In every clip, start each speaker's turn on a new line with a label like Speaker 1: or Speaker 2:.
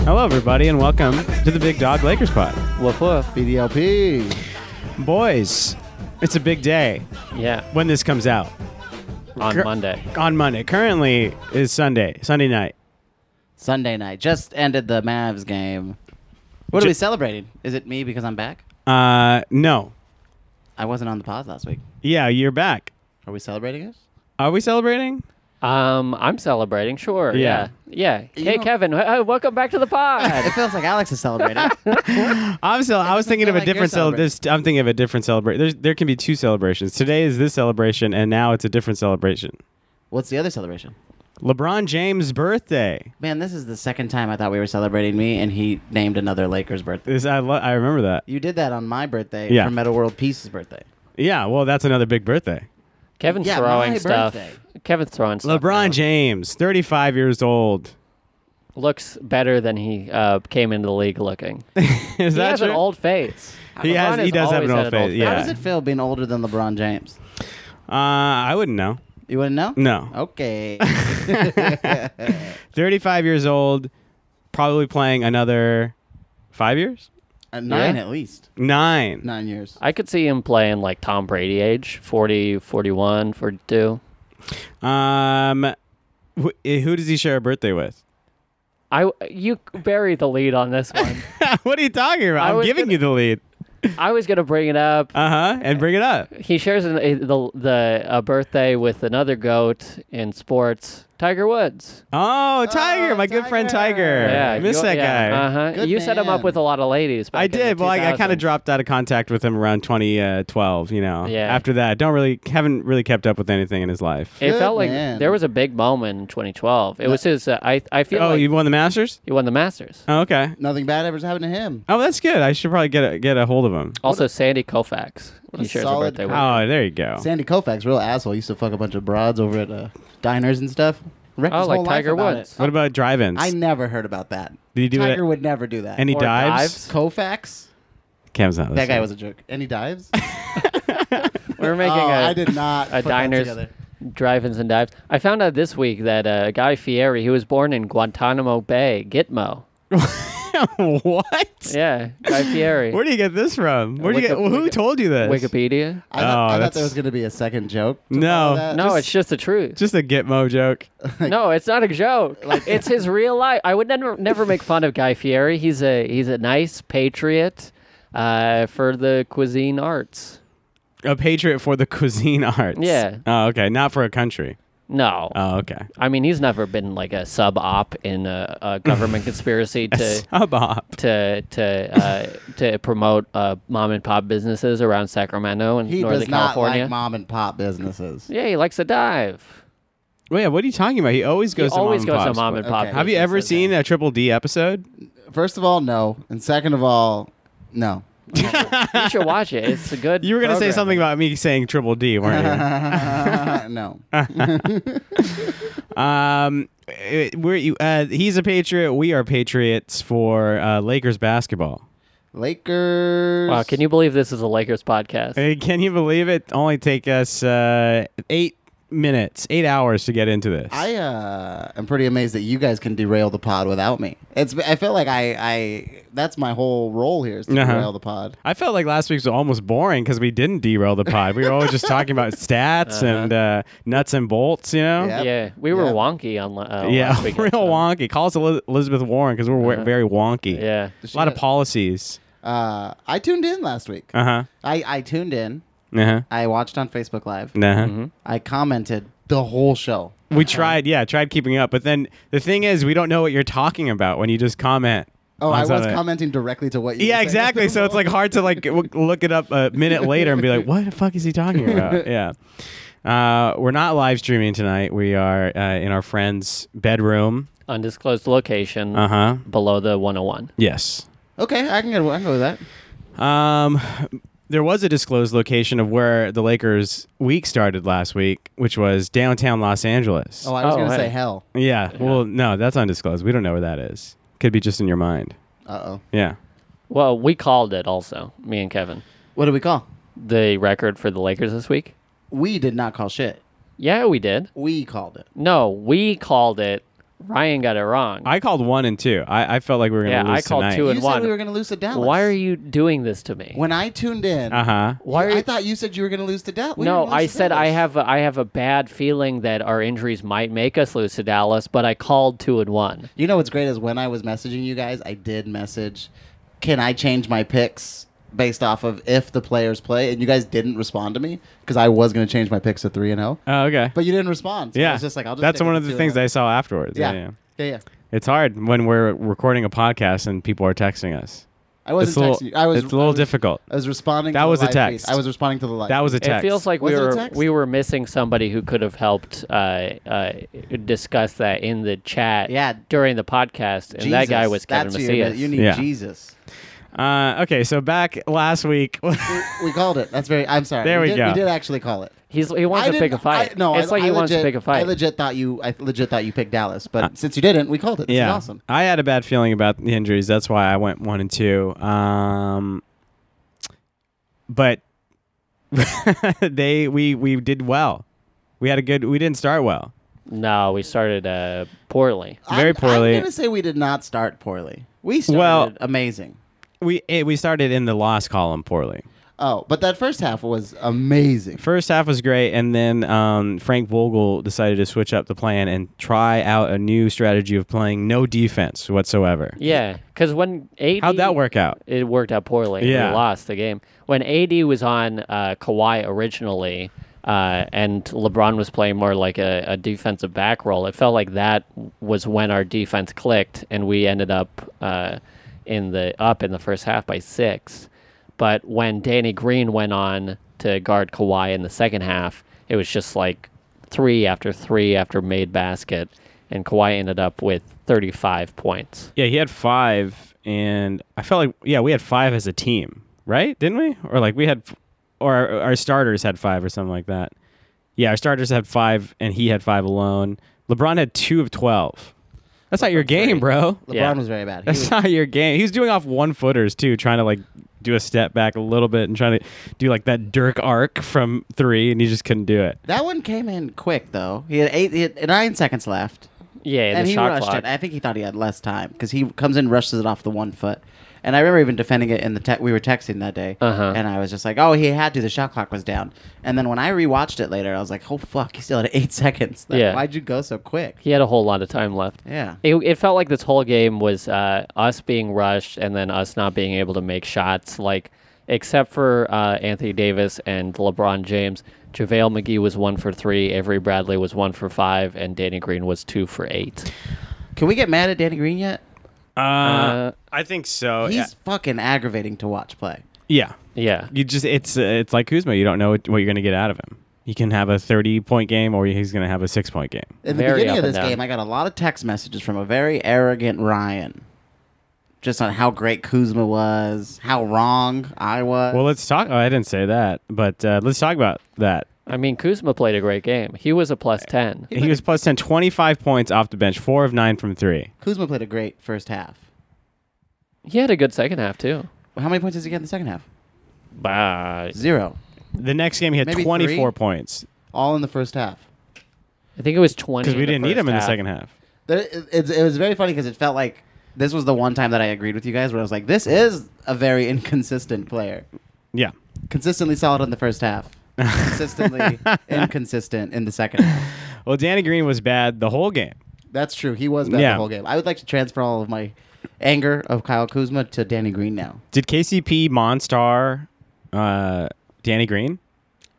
Speaker 1: Hello, everybody, and welcome to the Big Dog Lakers Pod.
Speaker 2: Woof woof.
Speaker 3: BDLP.
Speaker 1: Boys, it's a big day
Speaker 2: Yeah,
Speaker 1: when this comes out
Speaker 2: on
Speaker 1: Gr-
Speaker 2: Monday.
Speaker 1: on Monday. Currently is Sunday, Sunday night.
Speaker 3: Sunday night. Just ended the Mavs game. What
Speaker 1: Ju-
Speaker 3: are we celebrating? Is it me because I'm back?
Speaker 1: Uh, no,
Speaker 3: I wasn't on the pod last week.
Speaker 1: yeah, you're back.
Speaker 3: Are we celebrating it?
Speaker 1: Are we celebrating?
Speaker 2: Um, I'm celebrating. Sure.
Speaker 1: Yeah.
Speaker 2: Yeah. Yeah.
Speaker 3: You
Speaker 2: Hey,
Speaker 3: know-
Speaker 2: Kevin. uh, welcome back to the
Speaker 3: It
Speaker 2: pod.
Speaker 3: feels like Alex is celebrating.
Speaker 1: I'm cel- I was
Speaker 3: doesn't
Speaker 1: thinking of a
Speaker 3: feel like you're
Speaker 1: different cel-
Speaker 3: celebrating.
Speaker 1: this, I'm thinking of a different celebration. There's, there can be two celebrations. Today is this celebration, and now it's a different celebration.
Speaker 3: What's the other celebration?
Speaker 1: LeBron James' birthday.
Speaker 3: Man, this is the second time I thought we were celebrating me, and he named another Lakers birthday.
Speaker 1: This I, lo- I remember that.
Speaker 3: You did that on my birthday
Speaker 1: Yeah.
Speaker 3: for Metal World Peace's birthday.
Speaker 1: Yeah, well, that's another big birthday.
Speaker 2: Kevin's
Speaker 3: Yeah,
Speaker 2: throwing
Speaker 3: my
Speaker 2: stuff.
Speaker 3: birthday.
Speaker 2: Kevin's throwing stuff.
Speaker 1: LeBron
Speaker 2: now.
Speaker 1: James, 35 years old.
Speaker 2: looks better than he uh, came into the league looking.
Speaker 1: Is
Speaker 2: he
Speaker 1: that
Speaker 2: has
Speaker 1: true?
Speaker 2: an old face.
Speaker 1: He has-
Speaker 2: LeBron
Speaker 1: he does have
Speaker 2: always
Speaker 1: an
Speaker 2: had
Speaker 1: old face, yeah.
Speaker 3: How does it feel being older than LeBron James?
Speaker 1: uh, I wouldn't know.
Speaker 3: You wouldn't know?
Speaker 1: No.
Speaker 3: Okay.
Speaker 1: 35 years old, probably playing another five years?
Speaker 3: Uh, nine
Speaker 2: Yeah.
Speaker 3: at least.
Speaker 1: Nine.
Speaker 3: Nine years.
Speaker 2: I could see him playing like Tom Brady age, 40, 41, 42.
Speaker 1: Um, wh- eh, who does he share a birthday with?
Speaker 2: I you bury the lead on this one.
Speaker 1: what are you talking
Speaker 2: I
Speaker 1: about? I'm
Speaker 2: was
Speaker 1: giving
Speaker 2: gonna-
Speaker 1: you the lead.
Speaker 2: I was gonna bring it up.
Speaker 1: Uh huh. And bring it up.
Speaker 2: He shares an, a, the the a birthday with another goat in sports, Tiger Woods.
Speaker 1: Oh, Tiger, my good friend Tiger.
Speaker 3: Tiger.
Speaker 2: Yeah,
Speaker 1: I miss that guy.
Speaker 2: Uh huh.
Speaker 3: Good
Speaker 2: You set him
Speaker 3: man.
Speaker 2: up with a lot of ladies. Back
Speaker 1: I
Speaker 2: in the
Speaker 1: did. Well, I, I kind of
Speaker 2: 2000s.
Speaker 1: dropped out of contact with him around 2012. You know,
Speaker 2: Yeah.
Speaker 1: after that, don't really haven't really kept up with anything in his life.
Speaker 2: It
Speaker 3: Good
Speaker 2: felt like
Speaker 3: man.
Speaker 2: there was a big moment in 2012. It was his. Uh, I I feel
Speaker 1: Oh,
Speaker 2: like
Speaker 1: you won the Masters?
Speaker 2: he won the Masters.
Speaker 1: Oh, okay.
Speaker 3: Nothing bad ever's happened to him.
Speaker 1: Oh, that's good. I should probably get a, get a hold of him.
Speaker 2: Also, Sandy Koufax. He
Speaker 3: a
Speaker 2: shares a
Speaker 3: solid
Speaker 2: birthday with.
Speaker 1: Oh, there you go.
Speaker 3: Sandy Koufax, real asshole, used to fuck a bunch of broads over at uh, diners and stuff. Wrecked
Speaker 2: Oh,
Speaker 3: his
Speaker 2: like
Speaker 3: whole life
Speaker 2: Tiger
Speaker 3: about
Speaker 2: Woods.
Speaker 3: it.
Speaker 1: What about drive-ins?
Speaker 3: I never heard about that.
Speaker 1: Did he do
Speaker 3: Tiger
Speaker 1: it-
Speaker 3: would never do that.
Speaker 1: Any
Speaker 2: Or
Speaker 1: dives?
Speaker 2: dives?
Speaker 3: Koufax?
Speaker 1: Cam's not
Speaker 3: That guy
Speaker 1: listening.
Speaker 3: was a jerk. Any dives?
Speaker 2: We're
Speaker 3: oh,
Speaker 2: making a
Speaker 3: I did not.
Speaker 2: a
Speaker 3: put that
Speaker 2: diners
Speaker 3: together.
Speaker 2: drive-ins and dives. I found out this week that uh, Guy Fieri, he was born in Guantanamo Bay, Gitmo.
Speaker 1: what?
Speaker 2: Yeah, Guy Fieri.
Speaker 1: Where do you get this from? Where do you get?
Speaker 2: Wiki-
Speaker 1: who
Speaker 2: Wiki-
Speaker 1: told you this?
Speaker 2: Wikipedia.
Speaker 3: I, thought,
Speaker 1: Oh,
Speaker 3: I thought
Speaker 1: that's-
Speaker 3: there was going to be a second joke. to
Speaker 1: No.
Speaker 3: follow that.
Speaker 2: No,
Speaker 3: Just-
Speaker 2: it's just the truth.
Speaker 1: Just a Gitmo joke.
Speaker 2: no, it's not a joke. it's his real life. I would never never make fun of Guy Fieri. He's a he's a nice patriot uh, for the cuisine arts.
Speaker 1: A patriot for the cuisine arts.
Speaker 2: Yeah.
Speaker 1: Oh, okay. Not for a country.
Speaker 2: No,
Speaker 1: Oh, okay.
Speaker 2: I mean he's never been like a sub op in a, a government conspiracy to
Speaker 1: Sub op.
Speaker 2: to to uh, to promote uh, mom and pop businesses around Sacramento and
Speaker 3: he
Speaker 2: Northern
Speaker 3: does not
Speaker 2: California.
Speaker 3: like mom and pop businesses.
Speaker 2: yeah, he likes to dive.
Speaker 1: Wait, what are you talking about? He always
Speaker 2: He
Speaker 1: goes. to mom
Speaker 2: always goes
Speaker 1: and Pop's.
Speaker 2: to mom and pop.
Speaker 3: Okay.
Speaker 1: Have you
Speaker 2: businesses.
Speaker 1: ever seen a Triple D episode?
Speaker 3: First of all, no. And second of all, no.
Speaker 2: You should watch it. It's a good.
Speaker 1: You were going to say
Speaker 2: program.
Speaker 1: something about me saying Triple D, weren't
Speaker 3: no.
Speaker 1: you? um, eh, we're, you- uh, he's a patriot. We are patriots for uh, Lakers basketball.
Speaker 3: Lakers.
Speaker 2: Wow, can you believe this is a Lakers podcast?
Speaker 1: Hey, can you believe it? Only take us uh, eight minutes, eight hours to get into this.
Speaker 3: I uh, am pretty amazed that you guys can derail the pod without me. It's I feel like I, I that's my whole role here is to
Speaker 1: Uh-huh.
Speaker 3: derail the pod.
Speaker 1: I felt like last week's was almost boring because we didn't derail the pod. We were always just talking about stats
Speaker 3: Uh-huh.
Speaker 1: and uh, nuts and bolts, you know?
Speaker 3: Yep.
Speaker 2: Yeah, we were
Speaker 3: Yep.
Speaker 2: wonky on. la- Uh,
Speaker 1: Yeah,
Speaker 2: last
Speaker 1: real
Speaker 2: weekend, so-
Speaker 1: wonky. Call us Eliz- Elizabeth Warren because we're wa- very wonky. A lot
Speaker 2: Yeah,
Speaker 1: of
Speaker 3: Uh-huh. She-
Speaker 1: policies.
Speaker 3: Uh, I tuned in last week.
Speaker 1: Uh huh.
Speaker 3: I I tuned in.
Speaker 1: Uh huh.
Speaker 3: I watched on Facebook Live.
Speaker 1: Uh huh.
Speaker 3: I commented the whole show.
Speaker 1: We tried, yeah, tried keeping up, but then the thing is, we don't know what you're talking about when you just comment.
Speaker 3: Oh,
Speaker 1: on
Speaker 3: I was
Speaker 1: something.
Speaker 3: commenting directly to what you.
Speaker 1: Yeah,
Speaker 3: were saying.
Speaker 1: exactly. So it's like hard to like w- look it up a minute later and be like, "What the fuck is he talking about?" Yeah. Uh, we're not live streaming tonight. We are uh, in our friend's bedroom.
Speaker 2: undisclosed location
Speaker 3: Uh-huh.
Speaker 1: Uh huh.
Speaker 2: below the 101.
Speaker 1: Yes.
Speaker 3: okay, I can go. I can go with that.
Speaker 1: Um, there was a disclosed location of where the Lakers' week started last week, which was downtown Los Angeles.
Speaker 3: Oh, I was
Speaker 2: Oh,
Speaker 3: gonna
Speaker 2: hey.
Speaker 3: say hell.
Speaker 1: yeah. Well, no, that's undisclosed. We don't know where that is. Could be just in your mind.
Speaker 3: Uh oh.
Speaker 1: Yeah.
Speaker 2: Well, we called it also, me and Kevin.
Speaker 3: What do we call?
Speaker 2: The record for the Lakers this week?
Speaker 3: We did not call shit.
Speaker 2: Yeah, we did.
Speaker 3: We called it.
Speaker 2: No, we called it Ryan got it wrong.
Speaker 1: I called one and two. I, I felt like we were gonna
Speaker 2: Yeah, I
Speaker 1: lose
Speaker 2: called
Speaker 1: tonight.
Speaker 2: two
Speaker 3: You
Speaker 2: and-
Speaker 3: said
Speaker 2: one.
Speaker 3: we were going to lose to Dallas.
Speaker 2: Why are you doing this to me?
Speaker 3: When I tuned in,
Speaker 1: uh huh.
Speaker 2: Why are
Speaker 3: I
Speaker 2: you,
Speaker 3: thought you said you were going to lose to Dallas. We
Speaker 2: no,
Speaker 3: didn't lose
Speaker 2: I
Speaker 3: to
Speaker 2: said I
Speaker 3: Dallas.
Speaker 2: have a, I have a bad feeling that our injuries might make us lose to Dallas, but I called two and one.
Speaker 3: You know what's great is when I was messaging you guys, I did message, can I change my picks based off of if the players play? And you guys didn't respond to me because I was going to change my picks to 3 and 0.
Speaker 1: Oh, okay.
Speaker 3: But you didn't respond. So I
Speaker 1: yeah,
Speaker 3: was just like, I'll just
Speaker 1: that's
Speaker 3: take
Speaker 1: one
Speaker 3: it
Speaker 1: of the
Speaker 3: to
Speaker 1: things I
Speaker 3: 2-0.
Speaker 1: saw afterwards.
Speaker 3: oh." Yeah.
Speaker 1: yeah.
Speaker 3: Yeah, yeah.
Speaker 1: It's hard when we're recording a podcast and people are texting us.
Speaker 3: I wasn't
Speaker 1: it's a little,
Speaker 3: texting you. I was
Speaker 1: it's a little
Speaker 3: I was-
Speaker 1: difficult.
Speaker 3: I was responding
Speaker 1: That
Speaker 3: to the
Speaker 1: was a
Speaker 3: live feed.
Speaker 1: text.
Speaker 3: I was responding to the live.
Speaker 1: That was a text.
Speaker 2: It feels like
Speaker 3: Was
Speaker 2: we
Speaker 3: it a
Speaker 2: were
Speaker 3: text?
Speaker 2: we were missing somebody who could have helped uh, uh, discuss that in the chat
Speaker 3: Yeah.
Speaker 2: during the podcast, and that guy
Speaker 3: Jesus,
Speaker 2: was Kevin
Speaker 3: that's who you,
Speaker 2: Macias.
Speaker 3: you need
Speaker 1: Yeah.
Speaker 3: Jesus.
Speaker 1: uh, okay, so back last week.
Speaker 3: We called it. That's very. I'm sorry.
Speaker 1: There we
Speaker 3: did,
Speaker 1: go.
Speaker 3: We did actually call it.
Speaker 2: He's, he wants to
Speaker 3: I
Speaker 2: pick a
Speaker 3: didn't-
Speaker 2: fight.
Speaker 3: I- no,
Speaker 2: it's
Speaker 3: I,
Speaker 2: like he
Speaker 3: I
Speaker 2: wants to
Speaker 3: legit-
Speaker 2: pick a fight. Uh,
Speaker 3: I legit thought you. I legit thought you picked Dallas, but since you didn't, we called it. This
Speaker 1: yeah,
Speaker 3: is awesome.
Speaker 1: I had a bad feeling about the injuries. That's why I went one and two. Um, but they we we did well. We had a good. We didn't start well.
Speaker 2: no, we started uh, poorly.
Speaker 1: Very
Speaker 3: I'm-
Speaker 1: poorly.
Speaker 3: I'm gonna say we did not start poorly. We started
Speaker 1: Well-
Speaker 3: amazing.
Speaker 1: We eh, we started in the loss column poorly.
Speaker 3: Oh, but that first half was amazing.
Speaker 1: First half was great, and then um, Frank Vogel decided to switch up the plan and try out a new strategy of playing no defense whatsoever.
Speaker 2: Yeah, because when AD
Speaker 1: How'd that work out?
Speaker 2: It worked out poorly.
Speaker 1: Yeah.
Speaker 2: we lost the game when AD was on uh, Kawhi originally, uh, and LeBron was playing more like a, a defensive back role. It felt like that was when our defense clicked, and we ended up uh, in the up in the first half by six. But when Danny Green went on to guard Kawhi in the second half, it was just like three after three after made basket, and Kawhi ended up with 35 points.
Speaker 1: Yeah, he had five, and I felt like yeah, we had five as a team, right? Didn't we? Or like we had, or our, our starters had five or something like that. Yeah, our starters had five, and he had five alone. LeBron had two of twelve. That's not your game, bro.
Speaker 3: LeBron
Speaker 2: Yeah.
Speaker 3: was very bad. He
Speaker 1: That's
Speaker 3: was,
Speaker 1: not your game. He was doing off one footers too, trying to like do a step back a little bit and trying to do like that Dirk arc from three, and he just couldn't do it.
Speaker 3: that one came in quick though. He had eight, he had nine seconds left,
Speaker 2: Yeah,
Speaker 3: and
Speaker 2: the
Speaker 3: he
Speaker 2: shot
Speaker 3: rushed
Speaker 2: clock.
Speaker 3: it. I think he thought he had less time because he comes in, rushes it off the one foot. And I remember even defending it in the te- we were texting that day,
Speaker 2: Uh-huh.
Speaker 3: and I was just like, "Oh, he had to." The shot clock was down, and then when I rewatched it later, I was like, "Oh fuck, he still had eight seconds." Like,
Speaker 2: Yeah.
Speaker 3: why'd you go so quick?
Speaker 2: He had a whole lot of time left.
Speaker 3: Yeah,
Speaker 2: It, it felt like this whole game was uh, us being rushed and then us not being able to make shots. Like, except for uh, Anthony Davis and LeBron James, JaVale McGee was one for three, Avery Bradley was one for five, and Danny Green was two for eight.
Speaker 3: can we get mad at Danny Green yet?
Speaker 1: Uh,
Speaker 2: Uh,
Speaker 1: I think so.
Speaker 3: He's fucking aggravating to watch play.
Speaker 1: yeah.
Speaker 2: Yeah.
Speaker 1: You just it's uh, it's like Kuzma. You don't know what what you're going to get out of him. He can have a 30 point game, or he's going to have a six point game.
Speaker 3: In the
Speaker 2: Very
Speaker 3: beginning
Speaker 2: up
Speaker 3: of
Speaker 2: and
Speaker 3: this
Speaker 2: down.
Speaker 3: game, I got a lot of text messages from a very arrogant Ryan, just on how great Kuzma was, how wrong I was.
Speaker 1: Well, let's talk. Oh, I didn't say that, but uh, let's talk about that.
Speaker 2: I mean, Kuzma played a great game. He was a plus 10.
Speaker 1: He was plus 10, 25 points off the bench, four of nine from three.
Speaker 3: Kuzma played a great first half.
Speaker 2: He had a good second half, too.
Speaker 3: How many points did he get in the second half?
Speaker 2: Bah.
Speaker 3: Zero.
Speaker 1: The next game, he had
Speaker 3: Maybe
Speaker 1: 24
Speaker 3: three?
Speaker 1: points
Speaker 3: All in the first half.
Speaker 2: I think it was 20.
Speaker 1: because we
Speaker 2: in the
Speaker 1: didn't need
Speaker 2: first
Speaker 1: him in the
Speaker 2: half.
Speaker 1: second half.
Speaker 3: There, it, it's- it was very funny because it felt like this was the one time that I agreed with you guys where I was like, this is a very inconsistent player.
Speaker 1: Yeah.
Speaker 3: Consistently solid in the first half, consistently inconsistent in the second half.
Speaker 1: Well, Danny Green was bad the whole game.
Speaker 3: That's true. He was bad
Speaker 1: Yeah.
Speaker 3: the whole game. I would like to transfer all of my anger of Kyle Kuzma to Danny Green now.
Speaker 1: Did KCP, Monstar, uh, Danny Green?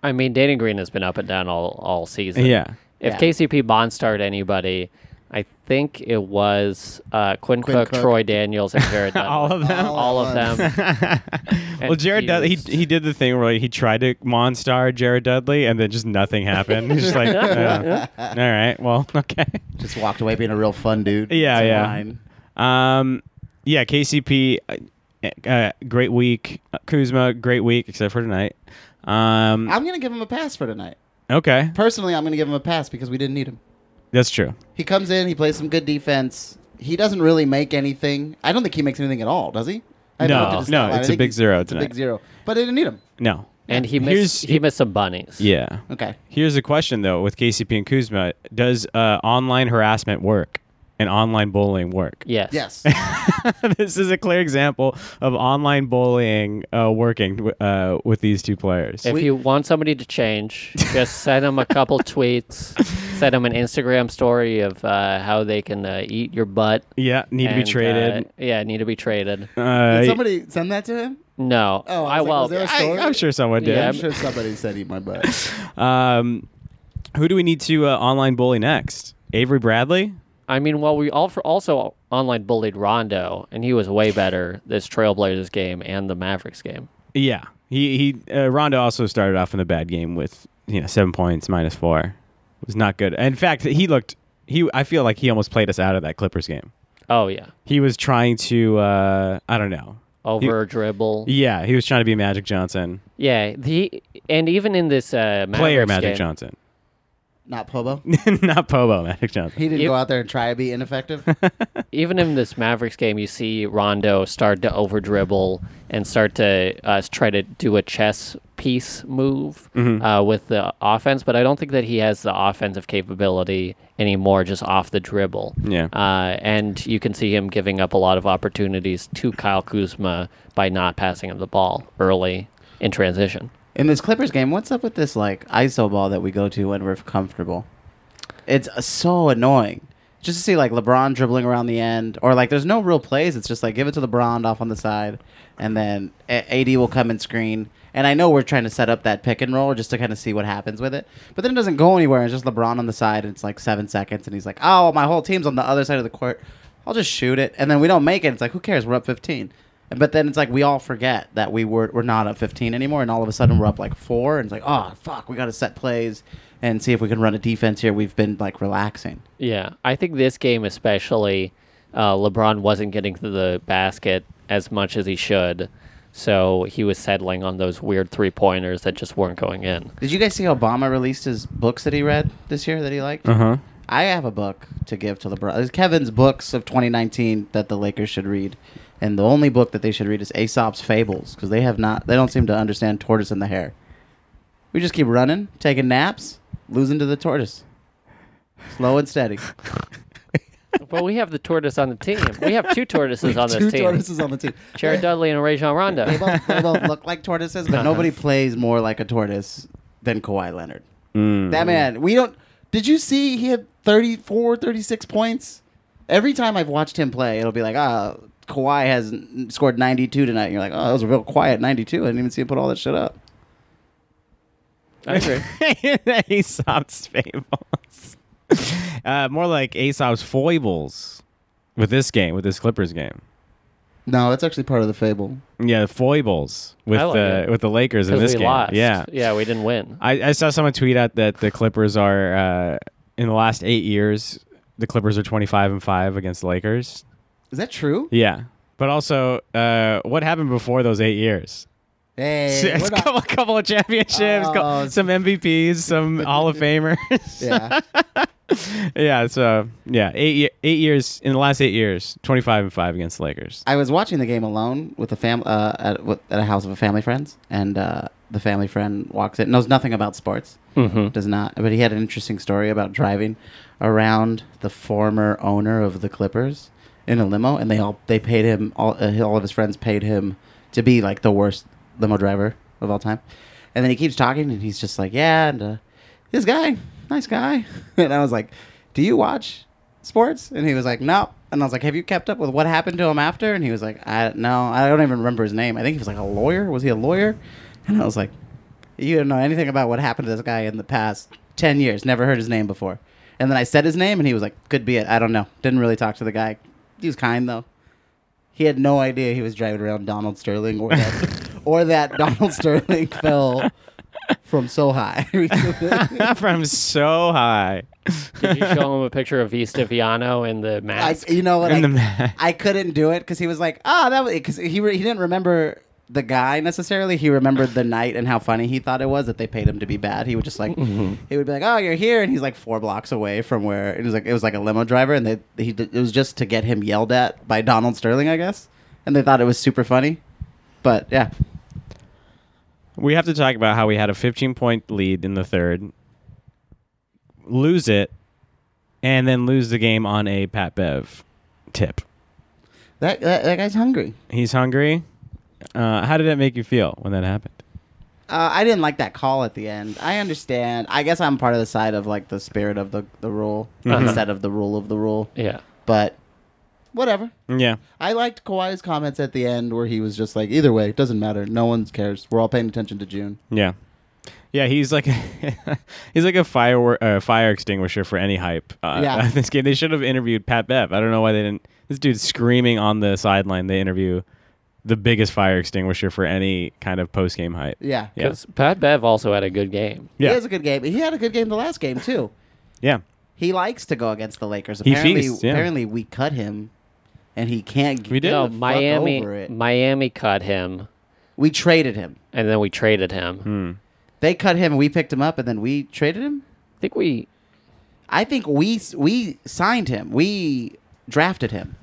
Speaker 2: I mean, Danny Green has been up and down all, all season.
Speaker 1: Yeah.
Speaker 2: If
Speaker 3: Yeah.
Speaker 2: KCP Bond starred anybody, I think it was uh, Quinn,
Speaker 3: Quinn
Speaker 2: Cook,
Speaker 3: Cook.
Speaker 2: Troy Daniels, and Jared Dudley.
Speaker 1: All of them?
Speaker 2: All of them.
Speaker 1: well, Jared Dudley,
Speaker 2: used-
Speaker 1: he, he did the thing where he tried to Monstar Jared Dudley, and then just nothing happened. He's just like, "Oh, all right, well, okay.
Speaker 3: Just walked away being a real fun dude.
Speaker 1: Yeah,
Speaker 3: It's
Speaker 1: yeah.
Speaker 3: fine.
Speaker 1: Um, yeah, KCP, uh, uh, great week. Uh, Kuzma, great week, except for tonight. Um,
Speaker 3: I'm gonna give him a pass for tonight.
Speaker 1: okay,
Speaker 3: Personally, I'm gonna give him a pass because we didn't need him.
Speaker 1: that's true.
Speaker 3: He comes in, he plays some good defense. He doesn't really make anything. I don't think he makes anything at all, does he? I haven't
Speaker 1: No,
Speaker 3: looked at his
Speaker 1: no,
Speaker 3: stat line. I
Speaker 1: it's a
Speaker 3: think
Speaker 1: big
Speaker 3: he's-
Speaker 1: zero
Speaker 3: It's a
Speaker 1: tonight.
Speaker 3: big zero, but I didn't need him.
Speaker 1: No.
Speaker 2: And he
Speaker 1: Here's-
Speaker 2: missed, he missed some bunnies.
Speaker 1: Yeah.
Speaker 3: Okay,
Speaker 1: Here's a question, though, with KCP and Kuzma Does uh, online harassment work? and online bullying work.
Speaker 2: Yes.
Speaker 3: Yes.
Speaker 1: this is a clear example of online bullying uh, working w- uh, with these two players.
Speaker 2: If you want somebody to change, just send them a couple tweets, send them an Instagram story of uh, how they can uh, eat your butt.
Speaker 1: yeah, need to
Speaker 2: and,
Speaker 1: be traded.
Speaker 2: uh, yeah, need to be traded.
Speaker 1: Uh,
Speaker 3: Did somebody send that to him?
Speaker 2: No.
Speaker 3: Oh,
Speaker 2: I,
Speaker 3: I was like,
Speaker 2: well,
Speaker 3: was there a
Speaker 1: I,
Speaker 3: story?
Speaker 1: am sure someone did.
Speaker 2: Yeah.
Speaker 3: I'm sure somebody said eat my butt.
Speaker 1: Um, who do we need to uh, online bully next? Avery Bradley?
Speaker 2: I mean, well, we all also online bullied Rondo, and he was way better this Trailblazers game and the Mavericks game.
Speaker 1: Yeah, he he. Uh, Rondo also started off in a bad game with you know seven points minus four. It was not good. In fact, he looked he. I feel like he almost played us out of that Clippers game.
Speaker 2: Oh yeah,
Speaker 1: He was trying to. Uh, I don't know.
Speaker 2: over dribble.
Speaker 1: Yeah, he was trying to be Magic Johnson,
Speaker 2: Yeah, the and even in this uh, Mavericks
Speaker 1: player Magic
Speaker 2: game,
Speaker 1: Johnson,
Speaker 3: Not Pobo.
Speaker 1: not Pobo Magic Johnson.
Speaker 3: He didn't
Speaker 2: You-
Speaker 3: go out there and try to be ineffective.
Speaker 2: even in this Mavericks game, you see Rondo start to over dribble and start to uh, try to do a chess piece move uh, with the offense, but I don't think that he has the offensive capability anymore, just off the dribble.
Speaker 1: Yeah.
Speaker 2: uh, and you can see him giving up a lot of opportunities to Kyle Kuzma by not passing him the ball early in transition.
Speaker 3: In this Clippers game, what's up with this like ISO ball that we go to when we're comfortable? It's uh, so annoying. Just to see like LeBron dribbling around the end, or like there's no real plays. It's just like give it to LeBron off on the side, and then A- AD will come and screen. And I know we're trying to set up that pick and roll just to kind of see what happens with it, but then it doesn't go anywhere. It's just LeBron on the side, and it's like seven seconds, and he's like, "Oh, my whole team's on the other side of the court. I'll just shoot it." And then we don't make it. It's like, who cares? We're up 15. But then it's like we all forget that we were we're not up 15 anymore, and all of a sudden we're up like four, and it's like, oh fuck, we got to set plays and see if we can run a defense here. We've been like relaxing.
Speaker 2: Yeah, I think this game especially, uh, LeBron wasn't getting to the basket as much as he should, so he was settling on those weird three pointers that just weren't going in.
Speaker 3: Did you guys see Obama released his books that he read this year that he liked?
Speaker 1: Uh huh.
Speaker 3: I have a book to give to LeBron. It's Kevin's books of 2019 that the Lakers should read, and the only book that they should read is Aesop's Fables because they have not they don't seem to understand tortoise and the hare. We just keep running, taking naps, losing to the tortoise, slow and steady.
Speaker 2: well, we have the tortoise on the team. We have two tortoises on this
Speaker 3: Two
Speaker 2: team.
Speaker 3: tortoises on the team.
Speaker 2: Jared Dudley and Rajon Rondo.
Speaker 3: They both, they both look like tortoises, but nobody plays more like a tortoise than Kawhi Leonard.
Speaker 1: Mm.
Speaker 3: That man, we don't. Did you see he had 34, 36 points? Every time I've watched him play, it'll be like, ah, Kawhi has n- scored 92 tonight. And you're like, oh, that was a real quiet 92. I didn't even see him put all that shit up.
Speaker 2: I agree.
Speaker 1: Aesop's fables. Uh, more like Aesop's foibles with this game, with this Clippers game.
Speaker 3: No, that's actually part of the fable.
Speaker 1: Yeah, foibles with
Speaker 2: I like
Speaker 1: the
Speaker 2: it.
Speaker 1: with the Lakers in
Speaker 2: 'Cause
Speaker 1: this
Speaker 2: we
Speaker 1: game.
Speaker 2: lost.
Speaker 1: Yeah,
Speaker 2: yeah, we didn't win.
Speaker 1: I, I saw someone tweet out that the Clippers are uh, in the last eight years, the Clippers are twenty five and five against the Lakers.
Speaker 3: Is that true?
Speaker 1: Yeah, but also, uh, what happened before those eight years?
Speaker 3: Hey,
Speaker 1: A
Speaker 3: Eh, we're not-
Speaker 1: couple, couple of championships,
Speaker 3: Oh,
Speaker 1: cou-
Speaker 3: it's-
Speaker 1: some MVPs, some Hall of Famers.
Speaker 3: yeah.
Speaker 1: yeah, so yeah, eight ye- eight years in the last eight years, twenty five and five against the Lakers.
Speaker 3: I was watching the game alone with a fam uh, at, with, at a house of a family friend's, and uh, the family friend walks in, knows nothing about sports, does not, but he had an interesting story about driving around the former owner of the Clippers in a limo, and they all they paid him all uh, all of his friends paid him to be like the worst limo driver of all time, and then he keeps talking, and he's just like, yeah, and uh, this guy, nice guy, and I was like, do you watch sports? And he was like, no. And I was like, have you kept up with what happened to him after? And he was like, I no, I don't even remember his name. I think he was like a lawyer. Was he a lawyer? And I was like, you don't know anything about what happened to this guy in the past 10 years. Never heard his name before. And then I said his name and he was like, could be it. I don't know. Didn't really talk to the guy. He was kind though. He had no idea he was driving around Donald Sterling or that, or that Donald Sterling fell from so high.
Speaker 1: From so high,
Speaker 2: Did you show him a picture of Vistaviano in the
Speaker 3: I,
Speaker 2: mask?
Speaker 3: you know what?
Speaker 1: In
Speaker 3: I,
Speaker 1: the ma-
Speaker 3: I couldn't do it because he was like, "Oh, that was," because he re- he didn't remember the guy necessarily. He remembered the night and how funny he thought it was that they paid him to be bad. He would just like, he would be like, "Oh, you're here," and he's like four blocks away from where it was like it was like a limo driver, and they he did- it was just to get him yelled at by Donald Sterling, I guess, and they thought it was super funny, but yeah,
Speaker 1: we have to talk about how we had a fifteen point lead in the third, lose it, and then lose the game on a Pat Bev tip.
Speaker 3: That, that that guy's hungry.
Speaker 1: He's hungry. Uh, how did that make you feel when that happened?
Speaker 3: Uh, I didn't like that call at the end. I understand. I guess I'm part of the side of like the spirit of the the rule
Speaker 1: Mhm.
Speaker 3: instead of the rule of the rule.
Speaker 2: Yeah.
Speaker 3: But whatever.
Speaker 1: Yeah.
Speaker 3: I liked Kawhi's comments at the end where he was just like, either way, it doesn't matter. No one cares. We're all paying attention to June.
Speaker 1: Yeah. Yeah, he's like he's like a fire uh, fire extinguisher for any hype. Uh,
Speaker 3: Yeah.
Speaker 1: this game they should have interviewed Pat Bev. I don't know why they didn't. This dude's screaming on the sideline. They interview the biggest fire extinguisher for any kind of post game hype.
Speaker 3: Yeah.
Speaker 1: Yeah.
Speaker 2: Because Pat Bev also had a good game.
Speaker 3: He
Speaker 1: Yeah,
Speaker 3: has a good game. He had a good game the last game too.
Speaker 1: yeah,
Speaker 3: He likes to go against the Lakers.
Speaker 1: He
Speaker 3: Apparently,
Speaker 1: feasts, yeah.
Speaker 3: apparently we cut him, and he can't.
Speaker 1: We did.
Speaker 3: get
Speaker 1: No,
Speaker 3: the fuck over
Speaker 2: Miami
Speaker 3: it.
Speaker 2: Miami cut him
Speaker 3: We traded him.
Speaker 2: and then we traded him.
Speaker 1: Hmm.
Speaker 3: They cut him. We picked him up, and then we traded him.
Speaker 2: I think we
Speaker 3: I think we we signed him. We drafted him.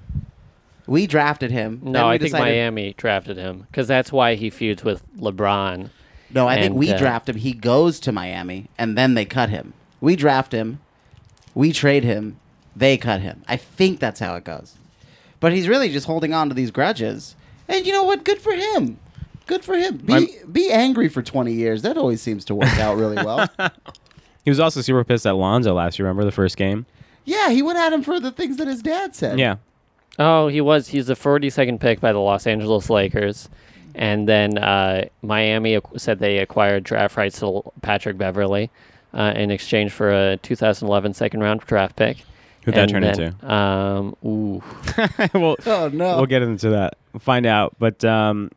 Speaker 3: We drafted him. Then
Speaker 2: no,
Speaker 3: we
Speaker 2: I think
Speaker 3: decided-
Speaker 2: Miami drafted him because that's why he feuds with LeBron.
Speaker 3: No, I think
Speaker 2: and,
Speaker 3: we
Speaker 2: uh,
Speaker 3: draft him. He goes to Miami, and then they cut him. We draft him. We trade him. They cut him. I think that's how it goes. But he's really just holding on to these grudges. And you know what? Good for him. Good for him. Be
Speaker 1: I'm-
Speaker 3: be angry for twenty years. That always seems to work out really well.
Speaker 1: He was also super pissed at Lonzo last. year. Remember the first game?
Speaker 3: yeah, he went at him for the things that his dad said.
Speaker 1: Yeah,
Speaker 2: Oh, he was. He's the 42nd pick by the Los Angeles Lakers. And then uh, Miami ac- said they acquired draft rights to L- Patrick Beverly uh, in exchange for a 2011 second round draft pick.
Speaker 1: Who'd that
Speaker 2: And
Speaker 1: turn
Speaker 2: then,
Speaker 1: into?
Speaker 2: Um, ooh.
Speaker 1: well,
Speaker 3: Oh no.
Speaker 1: we'll get into that. We'll find out. But um,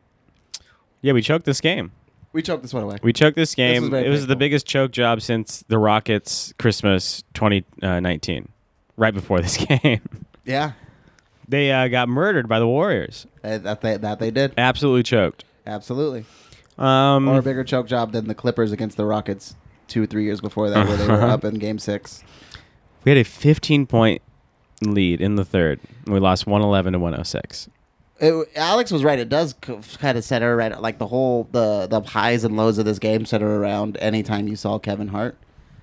Speaker 1: yeah, we choked this game.
Speaker 3: we choked this one away.
Speaker 1: We choked this game.
Speaker 3: was
Speaker 1: it
Speaker 3: very
Speaker 1: was the
Speaker 3: painful.
Speaker 1: biggest choke job since the Rockets Christmas 2019, right before this game.
Speaker 3: yeah.
Speaker 1: they uh, got murdered by the Warriors.
Speaker 3: Uh, That they that they did.
Speaker 1: Absolutely choked.
Speaker 3: Absolutely.
Speaker 1: Um,
Speaker 3: Or a bigger choke job than the Clippers against the Rockets two or three years before that, where they were up in Game Six.
Speaker 1: we had a 15 point lead in the third. And we lost 111 to 106.
Speaker 3: It, Alex was right. It does kind of center right, like the whole the the highs and lows of this game center around anytime you saw Kevin Hart.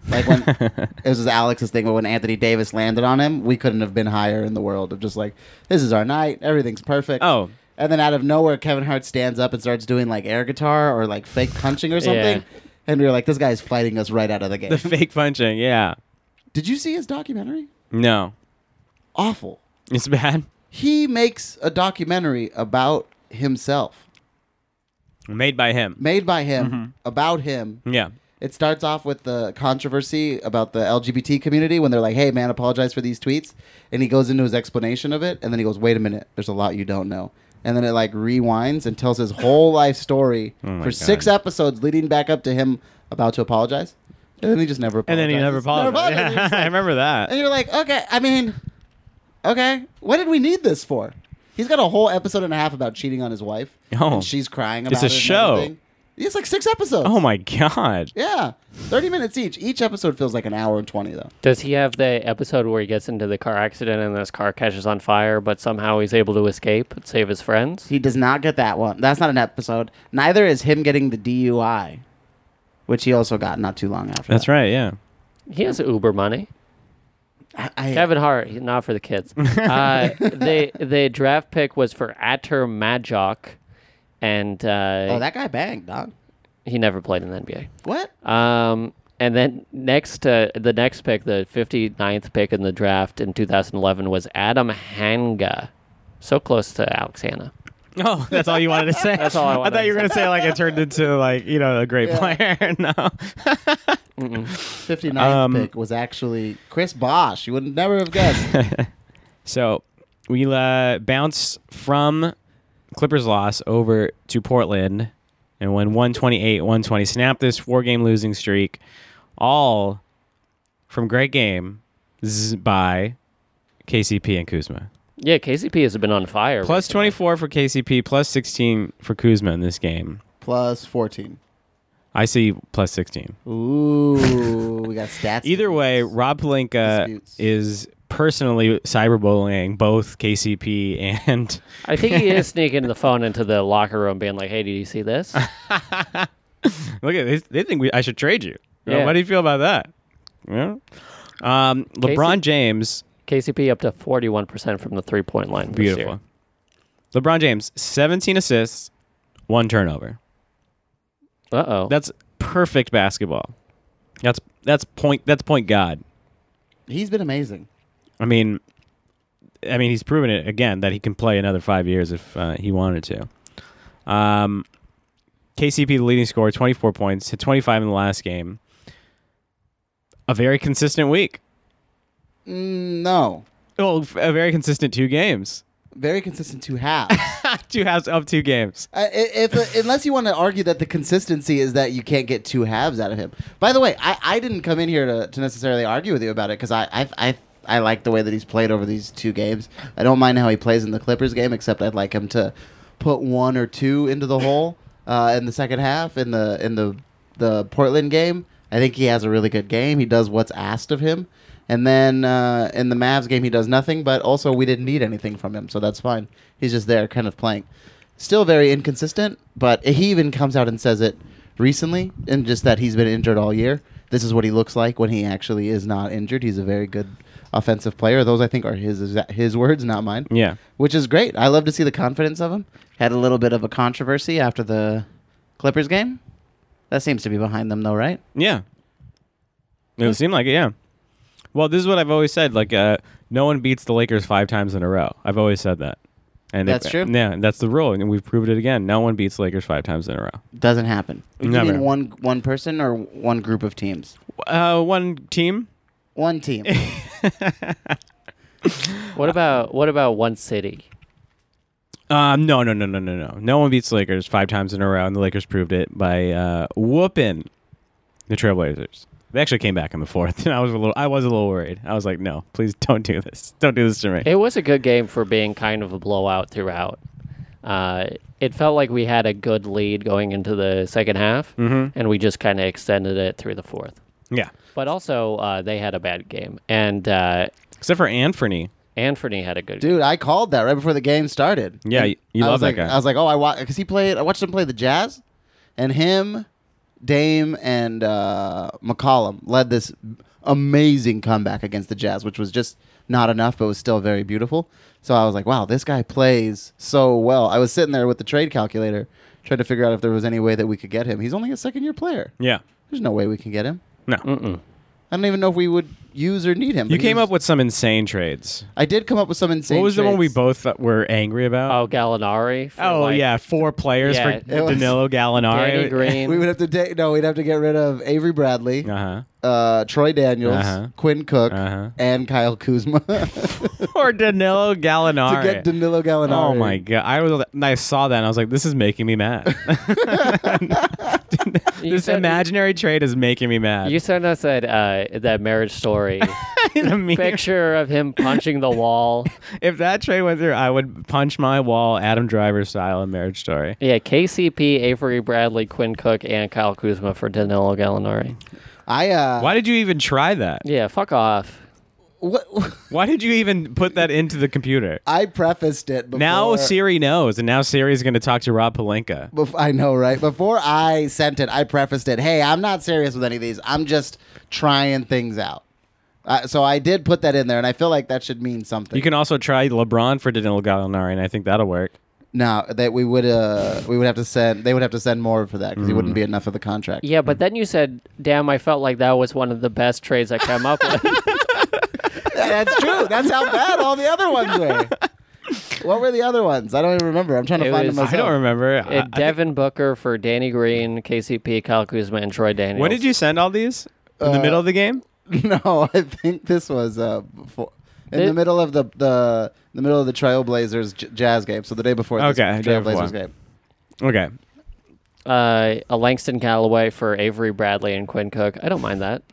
Speaker 3: Like when it was just Alex's thing, but when Anthony Davis landed on him, we couldn't have been higher in the world of just like this is our night, everything's perfect.
Speaker 1: Oh.
Speaker 3: and then out of nowhere, Kevin Hart stands up and starts doing like air guitar or like fake punching or something,
Speaker 2: Yeah.
Speaker 3: and we were like, this guy's fighting us right out of the game.
Speaker 1: The fake punching, yeah.
Speaker 3: Did you see his documentary?
Speaker 1: No,
Speaker 3: Awful.
Speaker 1: it's bad.
Speaker 3: He makes a documentary about himself,
Speaker 1: Made by him.
Speaker 3: made by him,
Speaker 1: Mm-hmm.
Speaker 3: about him.
Speaker 1: Yeah.
Speaker 3: It starts off with the controversy about the LGBT community when they're like, hey, man, apologize for these tweets. And he goes into his explanation of it. And then he goes, wait a minute, there's a lot you don't know. And then it like rewinds and tells his whole life story
Speaker 1: Oh my
Speaker 3: for six
Speaker 1: God.
Speaker 3: episodes leading back up to him about to apologize. And then he just never
Speaker 1: And
Speaker 3: apologizes.
Speaker 1: then he never apologized.
Speaker 3: apologizes.
Speaker 1: Yeah, I remember
Speaker 3: And
Speaker 1: that.
Speaker 3: you're like, okay, I mean, okay, what did we need this for? He's got a whole episode and a half about cheating on his wife.
Speaker 1: Oh.
Speaker 3: And she's crying about
Speaker 1: It's a
Speaker 3: it and
Speaker 1: show.
Speaker 3: everything. It's like six episodes.
Speaker 1: Oh my god.
Speaker 3: Yeah. 30 minutes each. Each episode feels like an hour and 20, though.
Speaker 2: Does he have the episode where he gets into the car accident and his car catches on fire, but somehow he's able to escape and save his friends?
Speaker 3: He does not get that one. That's not an episode. Neither is him getting the DUI, which he also got not too long after.
Speaker 1: That's right. Yeah.
Speaker 2: He has Uber money.
Speaker 3: right. I, I,
Speaker 2: Kevin Hart, he- not for the kids. Uh, the the draft pick was for Atter Majok, and uh,
Speaker 3: oh, that guy banged, dog.
Speaker 2: he never played in the NBA.
Speaker 3: What?
Speaker 2: Um, and then next, uh, the next pick, the 59th pick in the draft in 2011 was Adam Hanga. So close to Alex Hanna.
Speaker 1: Oh, that's all you wanted to say. that's
Speaker 2: all I
Speaker 1: I
Speaker 2: wanted
Speaker 1: thought you
Speaker 2: to
Speaker 1: were gonna say like it turned into like you know a great player. no.
Speaker 3: 59th
Speaker 1: Um,
Speaker 3: pick was actually Chris Bosch. You would never have guessed.
Speaker 1: So we uh, bounce from Clippers loss over to Portland and win 128 120. Snap this four game losing streak, all from great game z- by KCP and Kuzma.
Speaker 2: Yeah, KCP has been on fire.
Speaker 1: Plus 24 for KCP, plus 16 for Kuzma in this game.
Speaker 3: Plus 14.
Speaker 1: I see plus 16.
Speaker 3: Ooh, we got stats.
Speaker 1: Either way,
Speaker 3: disputes.
Speaker 1: Rob Palinka
Speaker 3: Disputes.
Speaker 1: is personally cyberbullying both KCP and
Speaker 2: I think he is sneaking the phone into the locker room, being like, "Hey, did you see this?"
Speaker 1: Look at they, they think we, I should trade you. You know,
Speaker 2: Yeah.
Speaker 1: How do you feel about that? Yeah. Um, LeBron James,
Speaker 2: KCP up to 41% from the three point line. this year.
Speaker 1: beautiful. LeBron James, 17 assists, one turnover.
Speaker 2: Uh oh.
Speaker 1: That's perfect basketball. That's that's point that's point god.
Speaker 3: He's been amazing.
Speaker 1: I mean, I mean he's proven it again that he can play another five years if uh, he wanted to. Um, KCP, the leading scorer, twenty four points, hit twenty five in the last game. A very consistent week.
Speaker 3: Mm, no,
Speaker 1: Well, f- a very consistent two games.
Speaker 3: very consistent two halves.
Speaker 1: two halves of two games.
Speaker 3: I- i- if uh, unless you want to argue that the consistency is that you can't get two halves out of him. By the way, I, I didn't come in here to, to necessarily argue with you about it because I, I I I like the way that he's played over these two games. I don't mind how he plays in the Clippers game, except I'd like him to put one or two into the hole uh, in the second half in the in the the Portland game. I think he has a really good game. He does what's asked of him. And then uh, in the Mavs game, he does nothing, but also we didn't need anything from him, so that's fine. He's just there, kind of playing still very inconsistent, but he even comes out and says it recently, and just that he's been injured all year. This is what he looks like when he actually is not injured. He's a very good offensive player. Those I think are his exa- his words, not mine.
Speaker 1: Yeah.
Speaker 3: which is great. I love to see the confidence of him. Had a little bit of a controversy after the Clippers game. That seems to be behind them, though, right?
Speaker 1: Yeah. It would seem like it, yeah. Well, this is what I've always said. Like, uh, no one beats the Lakers five times in a row. I've always said that. And
Speaker 3: That's
Speaker 1: if-
Speaker 3: true.
Speaker 1: Yeah, that's the rule, and we've proved it again. No one beats the Lakers five times in a row.
Speaker 3: Doesn't happen. You
Speaker 1: Never.
Speaker 3: mean one one person or one group of teams?
Speaker 1: Uh, one team.
Speaker 3: One team.
Speaker 2: What about what about one city?
Speaker 1: Um, no, no, no, no, no, no. No one beats the Lakers five times in a row, and the Lakers proved it by uh, whooping the Trailblazers. They actually came back in the fourth, and I was a little, I was a little worried. I was like, no, please don't do this, don't do this to me.
Speaker 2: It was a good game for being kind of a blowout throughout. Uh, it felt like we had a good lead going into the second half,
Speaker 3: Mm-hmm.
Speaker 2: and we just kind of extended it through the fourth.
Speaker 1: yeah,
Speaker 2: But also, uh, they had a bad game, and uh,
Speaker 1: except for Anthony.
Speaker 2: Anthony had a good game.
Speaker 3: Dude, I called that right before the game started.
Speaker 1: Yeah,
Speaker 3: And
Speaker 1: you- you
Speaker 3: I
Speaker 1: love
Speaker 3: was
Speaker 1: that
Speaker 3: like,
Speaker 1: guy.
Speaker 3: I was like, oh, I watched because he played. I watched him play the Jazz, and him, Dame, and uh, McCollum led this amazing comeback against the Jazz, which was just not enough, but was still very beautiful. So I was like, wow, this guy plays so well. I was sitting there with the trade calculator, trying to figure out if there was any way that we could get him. He's only a second year player.
Speaker 1: Yeah,
Speaker 3: There's no way we can get him.
Speaker 1: no.
Speaker 3: I don't even know if we would use or need him.
Speaker 1: You
Speaker 3: but he
Speaker 1: came
Speaker 3: was-
Speaker 1: up with some insane trades.
Speaker 3: I did come up with some insane.
Speaker 1: what was the one we
Speaker 3: trades.
Speaker 1: both th- were angry about?
Speaker 2: Oh, Gallinari. for,
Speaker 1: Oh,
Speaker 2: like,
Speaker 1: yeah, four players
Speaker 2: Yeah,
Speaker 1: for
Speaker 2: it
Speaker 3: was-
Speaker 1: Danilo Gallinari.
Speaker 2: Danny Green.
Speaker 3: We would have to da- no. We'd have to get rid of Avery Bradley,
Speaker 1: Uh
Speaker 3: uh, Troy Daniels,
Speaker 1: Uh-huh.
Speaker 3: Quinn Cook,
Speaker 1: Uh-huh.
Speaker 3: and Kyle Kuzma to
Speaker 1: huh. or Danilo Gallinari.
Speaker 3: get Danilo Gallinari.
Speaker 1: Oh my god! I was I saw that and I was like, "This is making me mad."
Speaker 2: You
Speaker 1: this
Speaker 2: said-
Speaker 1: imaginary trade is making me mad.
Speaker 2: You sent us that uh, that marriage story
Speaker 1: In a meme.
Speaker 2: picture of him punching the wall.
Speaker 1: if that trade went through, I would punch my wall, Adam Driver style, in Marriage Story.
Speaker 2: Yeah, KCP, Avery Bradley, Quinn Cook, and Kyle Kuzma for Danilo Gallinari.
Speaker 3: I uh,
Speaker 1: Why did you even try that?
Speaker 2: Yeah, fuck off.
Speaker 3: what?
Speaker 1: Why did you even put that into the computer?
Speaker 3: I prefaced it before,
Speaker 1: Now Siri knows, and now Siri's going to talk to Rob Palenka.
Speaker 3: Bef- I know, right? Before I sent it, I prefaced it. Hey, I'm not serious with any of these. I'm just trying things out. Uh, so I did put that in there, and I feel like that should mean something.
Speaker 1: You can also try LeBron for Danilo Gallinari, and I think that'll work.
Speaker 3: no, that we would uh, we would have to send. They would have to send more for that because it
Speaker 1: Mm.
Speaker 3: wouldn't be enough of the contract.
Speaker 2: Yeah, but then you said, "Damn, I felt like that was one of the best trades I came up with."
Speaker 3: That's true. That's how bad all the other ones were. What were the other ones? I don't even remember. I'm trying to
Speaker 2: It
Speaker 3: find
Speaker 2: was-
Speaker 3: them
Speaker 1: I
Speaker 3: myself.
Speaker 1: don't remember. I- I
Speaker 2: Uh,
Speaker 1: think-
Speaker 2: Devin Booker for Danny Green, KCP, Kyle Kuzma, and Troy Daniels.
Speaker 1: when did you send all these? In the
Speaker 3: Uh,
Speaker 1: middle of the game?
Speaker 3: No, I think this was uh, before, in
Speaker 2: They-
Speaker 3: the middle of the the the middle of the Trailblazers j- Jazz game. So the day before this
Speaker 1: Okay, day before.
Speaker 3: Trailblazers game.
Speaker 1: Okay.
Speaker 2: Uh, a Langston Callaway for Avery Bradley and Quinn Cook. I don't mind that.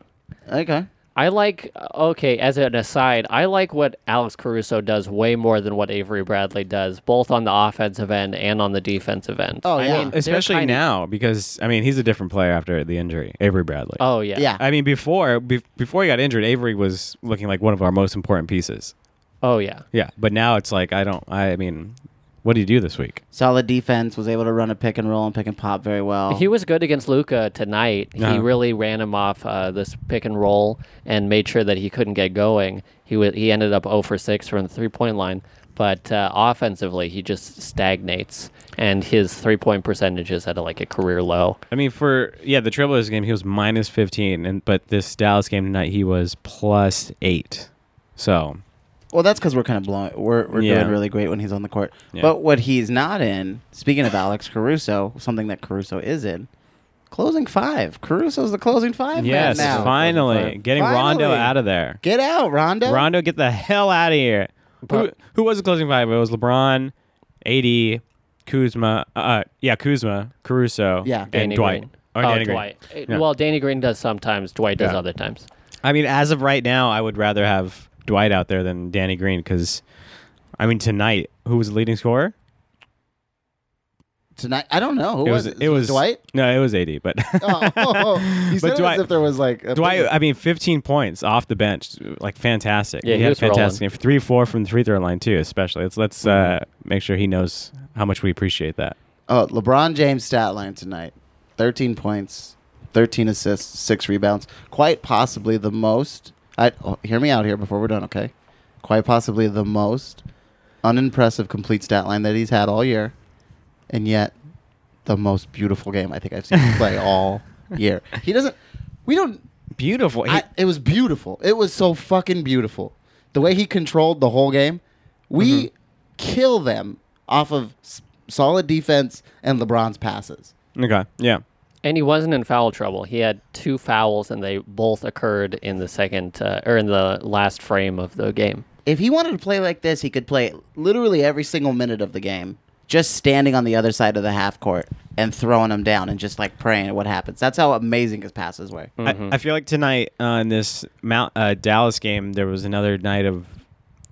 Speaker 3: Okay.
Speaker 2: I like okay. As an aside, I like what Alex Caruso does way more than what Avery Bradley does, both on the offensive end and on the defensive end.
Speaker 3: Oh yeah.
Speaker 2: mean- They're
Speaker 1: Especially
Speaker 2: kinda-
Speaker 1: now, because, I mean, he's a different player after the injury, Avery Bradley.
Speaker 2: Oh yeah.
Speaker 3: yeah.
Speaker 1: I mean, before be- before he got injured, Avery was looking like one of our most important pieces.
Speaker 2: Oh yeah.
Speaker 1: Yeah, but now it's like I don't. I mean, What do you do this week?
Speaker 3: Solid defense was able to run a pick and roll and pick and pop very well.
Speaker 2: He was good against Luca tonight. He
Speaker 1: Uh-huh.
Speaker 2: really ran him off uh, this pick and roll and made sure that he couldn't get going. He wa he ended up 0 for 6 from the three point line, but uh, offensively he just stagnates, and his three point percentage is at a, like a career low.
Speaker 1: I mean, for yeah, the Trailblazers game, he was minus fifteen, and but this Dallas game tonight, he was plus eight. So
Speaker 3: well, that's because we're kind of blowing. We're, we're
Speaker 1: Yeah.
Speaker 3: doing really great when he's on the court.
Speaker 1: Yeah.
Speaker 3: But what he's not in, speaking of Alex Caruso, something that Caruso is in, closing five. Caruso's the closing five
Speaker 1: yes,
Speaker 3: man now.
Speaker 1: finally getting Rondo
Speaker 3: Finally.
Speaker 1: out of there.
Speaker 3: Get out, Rondo.
Speaker 1: Rondo, get the hell out of here. Who, who was the closing five? It was LeBron, AD, Kuzma. Uh, yeah, Kuzma, Caruso,
Speaker 3: Yeah.
Speaker 1: and
Speaker 2: Danny
Speaker 1: Dwight.
Speaker 2: Green.
Speaker 1: Or
Speaker 2: oh,
Speaker 1: Danny Green.
Speaker 2: Dwight. Uh,
Speaker 1: Yeah.
Speaker 2: Well, Danny Green does sometimes. Dwight does
Speaker 1: Yeah.
Speaker 2: other times.
Speaker 1: I mean, as of right now, I would rather have Dwight out there than Danny Green because, I mean, tonight who was the leading scorer?
Speaker 3: Tonight, I don't know. Who
Speaker 1: it
Speaker 3: was,
Speaker 1: was, it was
Speaker 3: Dwight?
Speaker 1: No, it was AD, but
Speaker 3: oh, oh, oh.
Speaker 1: But
Speaker 3: You said it
Speaker 1: Dwight-
Speaker 3: as if there was like a
Speaker 1: Dwight. I mean, 15 points off the bench, like fantastic.
Speaker 2: Yeah, he
Speaker 1: had a
Speaker 2: was rolling.
Speaker 1: fantastic game. Three, four from the three throw line too, especially. Let's let's
Speaker 2: Mm-hmm.
Speaker 1: uh, make sure he knows how much we appreciate that.
Speaker 3: Oh, LeBron James stat line tonight: thirteen points, thirteen assists, six rebounds. Quite possibly the most. I oh, hear me out here before we're done, okay? Quite possibly the most unimpressive complete stat line that he's had all year, and yet the most beautiful game I think I've seen him play all year. He doesn't. We don't.
Speaker 1: Beautiful. He-
Speaker 3: I, it was beautiful. It was so fucking beautiful. The way he controlled the whole game, we
Speaker 1: Mm-hmm.
Speaker 3: kill them off of s- solid defense and LeBron's passes.
Speaker 1: okay. Yeah.
Speaker 2: And he wasn't in foul trouble. He had two fouls, and they both occurred in the second uh, or in the last frame of the game.
Speaker 3: If he wanted to play like this, he could play literally every single minute of the game, just standing on the other side of the half court and throwing them down and just like praying at what happens. That's how amazing his passes were.
Speaker 2: Mm-hmm.
Speaker 1: I, I feel like tonight uh, in this Mount, uh, Dallas game, there was another night of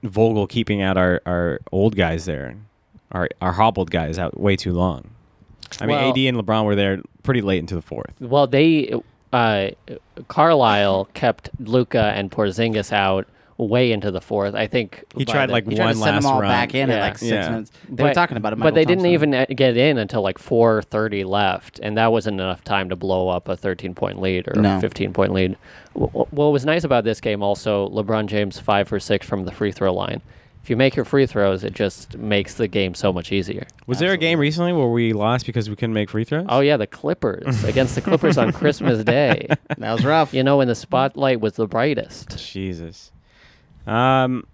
Speaker 1: Vogel keeping out our, our old guys there, our our hobbled guys out way too long. I mean,
Speaker 2: Well-
Speaker 1: AD and LeBron were there pretty late into the fourth.
Speaker 2: Well, they uh, Carlisle kept Luca and Porzingis out way into the fourth. I think
Speaker 1: He
Speaker 2: by
Speaker 1: tried,
Speaker 2: the-
Speaker 1: like,
Speaker 3: He tried
Speaker 1: One
Speaker 3: to send
Speaker 1: last
Speaker 3: them all
Speaker 1: run.
Speaker 3: back in at
Speaker 2: Yeah.
Speaker 3: like six
Speaker 1: Yeah.
Speaker 3: minutes. They were
Speaker 2: but-
Speaker 3: talking about it,
Speaker 2: but they didn't even uh, get in until like four thirty left, and that wasn't enough time to blow up a thirteen point lead or
Speaker 3: No.
Speaker 2: fifteen point lead. W- w- What was nice about this game also, LeBron James five for six from the free throw line. If you make your free throws, it just makes the game so much easier.
Speaker 1: Was there a game recently where we lost because we couldn't make free throws?
Speaker 2: Oh yeah, the Clippers against the Clippers on Christmas Day.
Speaker 3: That was rough.
Speaker 2: You know, when the spotlight was the brightest.
Speaker 1: Jesus. Um,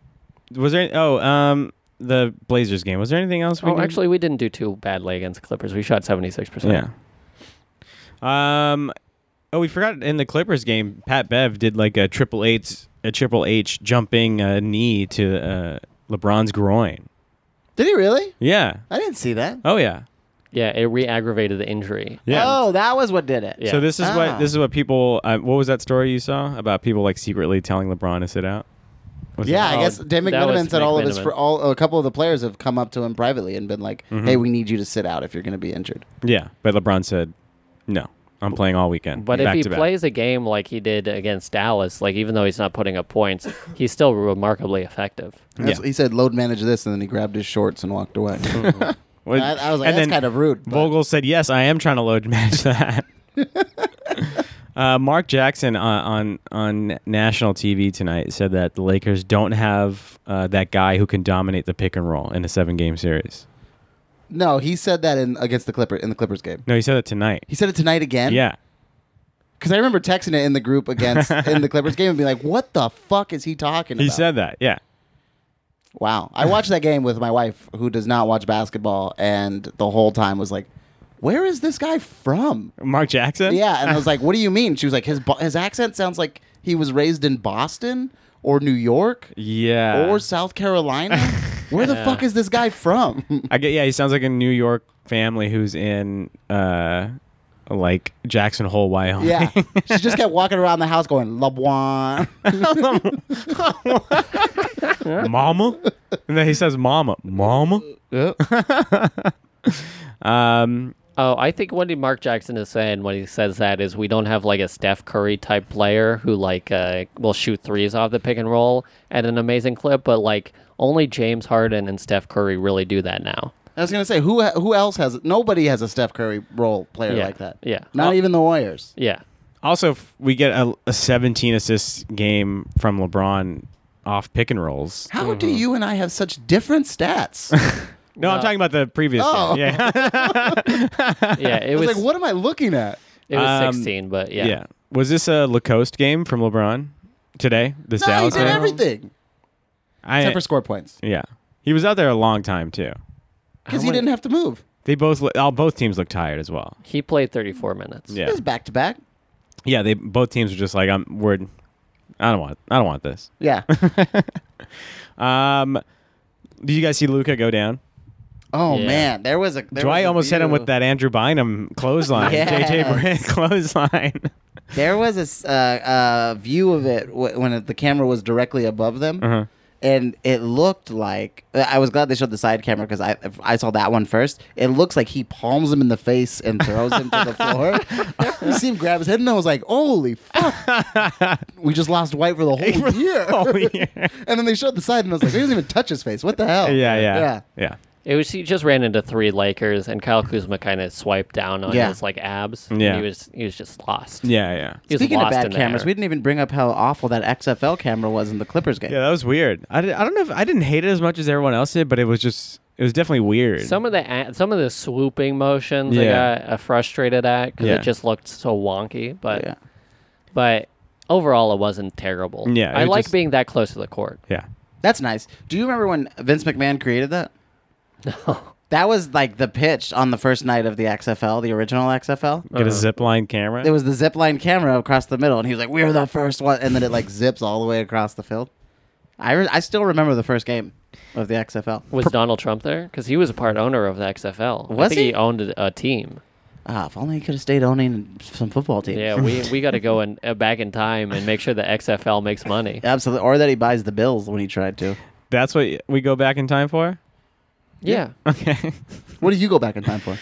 Speaker 1: was there? Oh, um, the Blazers game. Was there anything else? We
Speaker 2: Oh,
Speaker 1: did?
Speaker 2: actually, we didn't do too badly against the Clippers. We shot seventy six
Speaker 1: yeah.
Speaker 2: percent.
Speaker 1: Um, oh, we forgot in the Clippers game, Pat Bev did like a triple H, a triple H jumping uh, knee to uh, LeBron's groin.
Speaker 3: Did he really?
Speaker 1: Yeah.
Speaker 3: I didn't see that.
Speaker 1: Oh yeah.
Speaker 2: Yeah, it re-aggravated the injury.
Speaker 1: Yeah.
Speaker 3: Oh, that was what did it.
Speaker 2: Yeah.
Speaker 1: So this is
Speaker 3: Ah.
Speaker 1: what this is what people. Uh, what was that story you saw about people like secretly telling LeBron to sit out? Was it-
Speaker 3: Yeah, I
Speaker 2: Oh,
Speaker 3: guess Dan
Speaker 2: that was
Speaker 3: McMiniman said all of his,
Speaker 2: McMiniman.
Speaker 3: fr- all a couple of the players have come up to him privately and been like,
Speaker 1: Mm-hmm.
Speaker 3: "Hey, we need you to sit out if you're going to be injured."
Speaker 1: Yeah, but LeBron said, "No, I'm playing all weekend."
Speaker 2: But if
Speaker 1: back
Speaker 2: he
Speaker 1: to back."
Speaker 2: plays a game like he did against Dallas, like even though he's not putting up points, he's still remarkably effective.
Speaker 3: That's-
Speaker 1: Yeah.
Speaker 3: He said, "Load manage this," and then he grabbed his shorts and walked away.
Speaker 1: Well,
Speaker 3: I- I was like,
Speaker 1: and
Speaker 3: "That's
Speaker 1: then
Speaker 3: kind of rude, but-
Speaker 1: Vogel said, "Yes, I am trying to load match that." uh, Mark Jackson uh, on on national TV tonight said that the Lakers don't have uh, that guy who can dominate the pick and roll in a seven game series.
Speaker 3: no, he said that in against the Clipper in the Clippers game.
Speaker 1: No, he said that tonight.
Speaker 3: He said it tonight again.
Speaker 1: Yeah,
Speaker 3: because I remember texting it in the group against in the Clippers game and being like, "What the fuck is he talking?"
Speaker 1: he
Speaker 3: about?
Speaker 1: said that. Yeah,
Speaker 3: Wow. I watched that game with my wife, who does not watch basketball, and the whole time was like, "Where is this guy from?"
Speaker 1: Mark Jackson.
Speaker 3: Yeah, and I was like, "What do you mean?" She was like, "His bo- his accent sounds like he was raised in Boston or New York
Speaker 1: yeah.
Speaker 3: or South Carolina. Where the fuck is this guy from?"
Speaker 1: I get. Yeah, he sounds like a New York family who's in uh, like Jackson Hole, Wyoming.
Speaker 3: yeah, she just kept walking around the house going LeBron.
Speaker 1: mama and then he says mama mama um
Speaker 2: Oh, I think what Mark Jackson is saying when he says that is we don't have like a Steph Curry type player who like uh, will shoot threes off the pick and roll at an amazing clip, but like only James Harden and Steph Curry really do that now.
Speaker 3: I was gonna say who who else has nobody has a Steph Curry role player
Speaker 2: Yeah,
Speaker 3: like that.
Speaker 2: yeah.
Speaker 3: not
Speaker 1: Oh.
Speaker 3: even the Warriors.
Speaker 2: Yeah.
Speaker 1: Also, if we get a, a 17 assist game from LeBron off pick and rolls.
Speaker 3: How
Speaker 2: Mm-hmm.
Speaker 3: do you and I have such different stats?
Speaker 1: No, I'm
Speaker 2: No.
Speaker 1: talking about the previous.
Speaker 3: Oh.
Speaker 1: Game. Yeah,
Speaker 2: Yeah. It
Speaker 3: I
Speaker 2: was,
Speaker 3: was like, what am I looking at?
Speaker 2: it was
Speaker 1: Um,
Speaker 2: 16, but yeah.
Speaker 1: yeah. Was this a Lacoste game from LeBron today? This
Speaker 3: No, he
Speaker 1: Dallas
Speaker 3: did
Speaker 1: game?
Speaker 3: everything
Speaker 1: I-
Speaker 3: except for score points
Speaker 1: yeah, he was out there a long time too.
Speaker 2: How
Speaker 3: because he
Speaker 2: many-
Speaker 3: didn't have to move.
Speaker 1: They both, look- all both teams look tired as well.
Speaker 2: He played 34 minutes.
Speaker 1: Yeah,
Speaker 3: It was back to back.
Speaker 1: yeah. They both teams were just like, I'm. We're. I don't want. I don't want this.
Speaker 3: Yeah.
Speaker 1: Um, did you guys see Luca go down?
Speaker 3: Oh
Speaker 2: Yeah.
Speaker 3: man, there was a. There was
Speaker 1: Dwight
Speaker 3: a
Speaker 1: almost hit him
Speaker 3: view-
Speaker 1: with that Andrew Bynum clothesline.
Speaker 3: Yes.
Speaker 1: JJ Brand clothesline.
Speaker 3: There was a s- uh, uh, view of it w- when it, the camera was directly above them,
Speaker 1: Uh-huh.
Speaker 3: and it looked like I was glad they showed the side camera because I if I saw that one first. It looks like he palms him in the face and throws him to the floor. you see him grab his head, and I was like, "Holy fuck!" we just lost White for the whole year.
Speaker 1: oh yeah.
Speaker 3: and then they showed the side, and I was like, "He doesn't even touch his face. What the hell?"
Speaker 1: Yeah, yeah,
Speaker 3: yeah.
Speaker 1: yeah.
Speaker 2: It was he just ran into three Lakers and Kyle Kuzma kind of swiped down on
Speaker 3: Yeah.
Speaker 2: his like abs.
Speaker 1: Yeah.
Speaker 2: And he was he was just lost.
Speaker 1: Yeah, yeah.
Speaker 2: He was
Speaker 3: Speaking
Speaker 2: lost
Speaker 3: of bad
Speaker 2: in
Speaker 3: cameras,
Speaker 2: there.
Speaker 3: we didn't even bring up how awful that XFL camera was in the Clippers game.
Speaker 1: Yeah, that was weird. I, did, I don't know if I didn't hate it as much as everyone else did, but it was just it was definitely weird.
Speaker 2: some of the a- some of the swooping motions
Speaker 1: Yeah.
Speaker 2: I got uh, frustrated at because
Speaker 1: Yeah.
Speaker 2: it just looked so wonky. But
Speaker 3: Yeah.
Speaker 2: but overall, it wasn't terrible.
Speaker 1: Yeah,
Speaker 2: I
Speaker 1: it
Speaker 2: like
Speaker 1: just-
Speaker 2: being that close to the court.
Speaker 1: yeah.
Speaker 3: That's nice. Do you remember when Vince McMahon created that? No. That was like the pitch on the first night of the XFL, the original XFL.
Speaker 1: Get a zip line camera.
Speaker 3: It was the zip line camera across the middle, and he was like, "We're the first one," and then it like zips all the way across the field. I re- I still remember the first game of the XFL.
Speaker 2: Was Donald Trump there? Because he was a part owner of the XFL. I
Speaker 3: Was
Speaker 2: think
Speaker 3: he?
Speaker 2: he owned a, a team.
Speaker 3: Ah, if only he could have stayed owning some football teams.
Speaker 2: Yeah, we, we got to go in, uh, back in time and make sure the XFL makes money.
Speaker 3: Absolutely, or that he buys the Bills when he tried to.
Speaker 1: That's what we go back in time for.
Speaker 2: Yeah.
Speaker 1: Okay.
Speaker 3: What did you go back in time for?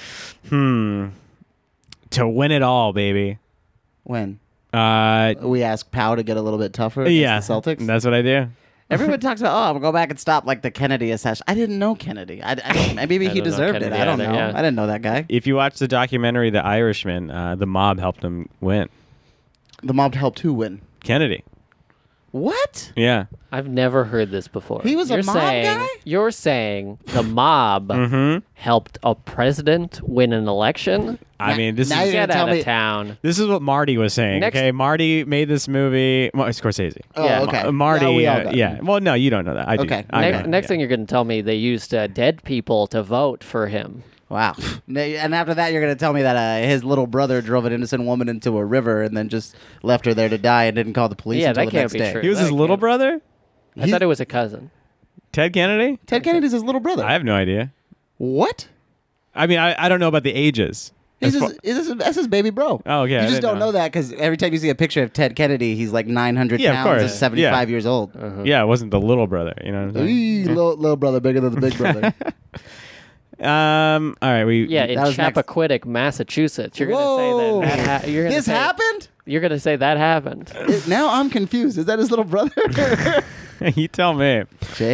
Speaker 1: hmm. To win it all, baby.
Speaker 3: When
Speaker 1: Uh,
Speaker 3: we asked Pow to get a little bit tougher against
Speaker 1: yeah.
Speaker 3: the Celtics.
Speaker 1: That's what I do.
Speaker 3: Everyone talks about, oh, I'm gonna go back and stop like the Kennedy assassin. I didn't know Kennedy. I, I don't- maybe
Speaker 2: I don't
Speaker 3: he
Speaker 2: know
Speaker 3: deserved it.
Speaker 2: Kennedy
Speaker 3: I don't
Speaker 2: either,
Speaker 3: know.
Speaker 2: yeah.
Speaker 3: I didn't know that guy.
Speaker 1: If you watch the documentary The Irishman, uh, the mob helped him win.
Speaker 3: The mob helped who win?
Speaker 1: Kennedy.
Speaker 3: What?
Speaker 1: Yeah.
Speaker 2: I've never heard this before.
Speaker 3: He was a
Speaker 2: you're
Speaker 3: mob
Speaker 2: saying,
Speaker 3: guy?
Speaker 2: You're saying the mob helped a president win an election?
Speaker 1: I
Speaker 3: Now-
Speaker 1: mean, this
Speaker 3: now
Speaker 1: is
Speaker 3: you're gonna
Speaker 2: Get
Speaker 3: tell
Speaker 2: out
Speaker 3: me-
Speaker 2: of town.
Speaker 1: this is what Marty was saying.
Speaker 2: Next-
Speaker 1: Okay, Marty made this movie. Mar- Scorsese.
Speaker 3: Oh,
Speaker 2: Yeah.
Speaker 3: okay.
Speaker 1: Uh, Marty.
Speaker 3: Now we all
Speaker 1: uh,
Speaker 3: got it.
Speaker 1: yeah. Well, no, you don't know that. I do.
Speaker 3: Okay.
Speaker 1: I
Speaker 2: Next,
Speaker 1: know.
Speaker 2: next
Speaker 1: Yeah.
Speaker 2: thing you're going to tell me, they used uh, dead people to vote for him.
Speaker 3: Wow. Now- and after that, you're gonna tell me that uh, his little brother drove an innocent woman into a river and then just left her there to die and didn't call the police
Speaker 2: Yeah,
Speaker 3: until
Speaker 2: that
Speaker 3: the
Speaker 2: can't
Speaker 3: next
Speaker 2: be
Speaker 3: day.
Speaker 2: true.
Speaker 1: He was his
Speaker 2: That
Speaker 1: little
Speaker 2: can't-
Speaker 1: brother,
Speaker 2: I thought it was a cousin.
Speaker 1: Ted Kennedy.
Speaker 3: Ted Kennedy's his little brother.
Speaker 1: I have no idea.
Speaker 3: What?
Speaker 1: I mean, I, I don't know about the ages.
Speaker 3: He's
Speaker 1: As
Speaker 3: his,
Speaker 1: far-
Speaker 3: is his, that's his baby bro.
Speaker 1: Oh, okay, I
Speaker 3: You just
Speaker 1: didn't
Speaker 3: don't know,
Speaker 1: know.
Speaker 3: that because every time you see a picture of Ted Kennedy, he's like 900
Speaker 1: Yeah, of
Speaker 3: pounds and
Speaker 1: course.
Speaker 3: 75
Speaker 1: Yeah.
Speaker 3: years old.
Speaker 1: yeah, it wasn't the little brother. You know. What I'm saying?
Speaker 3: Eee, little, little brother bigger than the big brother.
Speaker 1: Um. All right. We.
Speaker 2: Yeah, in
Speaker 3: That was next-
Speaker 2: Chappaquiddick, Massachusetts. You're going to say that, that ha- you're gonna
Speaker 3: this
Speaker 2: say-
Speaker 3: happened?
Speaker 2: You're going to say that happened.
Speaker 3: It- now I'm confused. Is that his little brother?
Speaker 1: you tell me.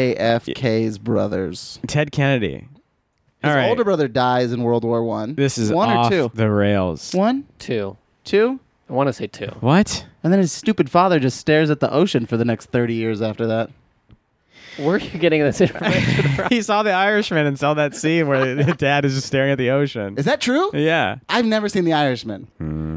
Speaker 3: JFK's brothers.
Speaker 1: Ted Kennedy.
Speaker 3: His
Speaker 1: all right.
Speaker 3: older brother dies in World War One.
Speaker 1: This is
Speaker 3: one
Speaker 1: off
Speaker 3: or two.
Speaker 1: the rails.
Speaker 3: One,
Speaker 2: two.
Speaker 3: two,
Speaker 2: I want to say two.
Speaker 1: What?
Speaker 3: and then his stupid father just stares at the ocean for the next thirty years after that.
Speaker 2: Where are you getting this information from?
Speaker 1: he saw the Irishman and saw that scene where the dad is just staring at the ocean.
Speaker 3: Is Hmm. that true?
Speaker 1: yeah.
Speaker 3: I've never seen The Irishman.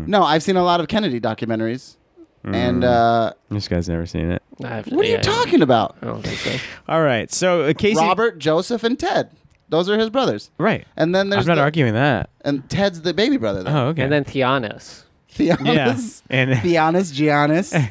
Speaker 3: No, I've seen a lot of Kennedy documentaries. And uh,
Speaker 1: This guy's never seen it.
Speaker 2: I've-
Speaker 3: what are
Speaker 2: yeah,
Speaker 3: you talking about?
Speaker 2: I don't think so.
Speaker 1: All right. So uh, Casey.
Speaker 3: Robert, Joseph, and Ted. Those are his brothers.
Speaker 1: Right.
Speaker 3: And then there's
Speaker 1: I'm not
Speaker 3: the-
Speaker 1: arguing that.
Speaker 3: And Ted's the baby brother. Then.
Speaker 1: Oh, okay.
Speaker 2: And then Theonis.
Speaker 1: yeah.
Speaker 3: Theonis.
Speaker 1: And
Speaker 3: Theonis, Giannis,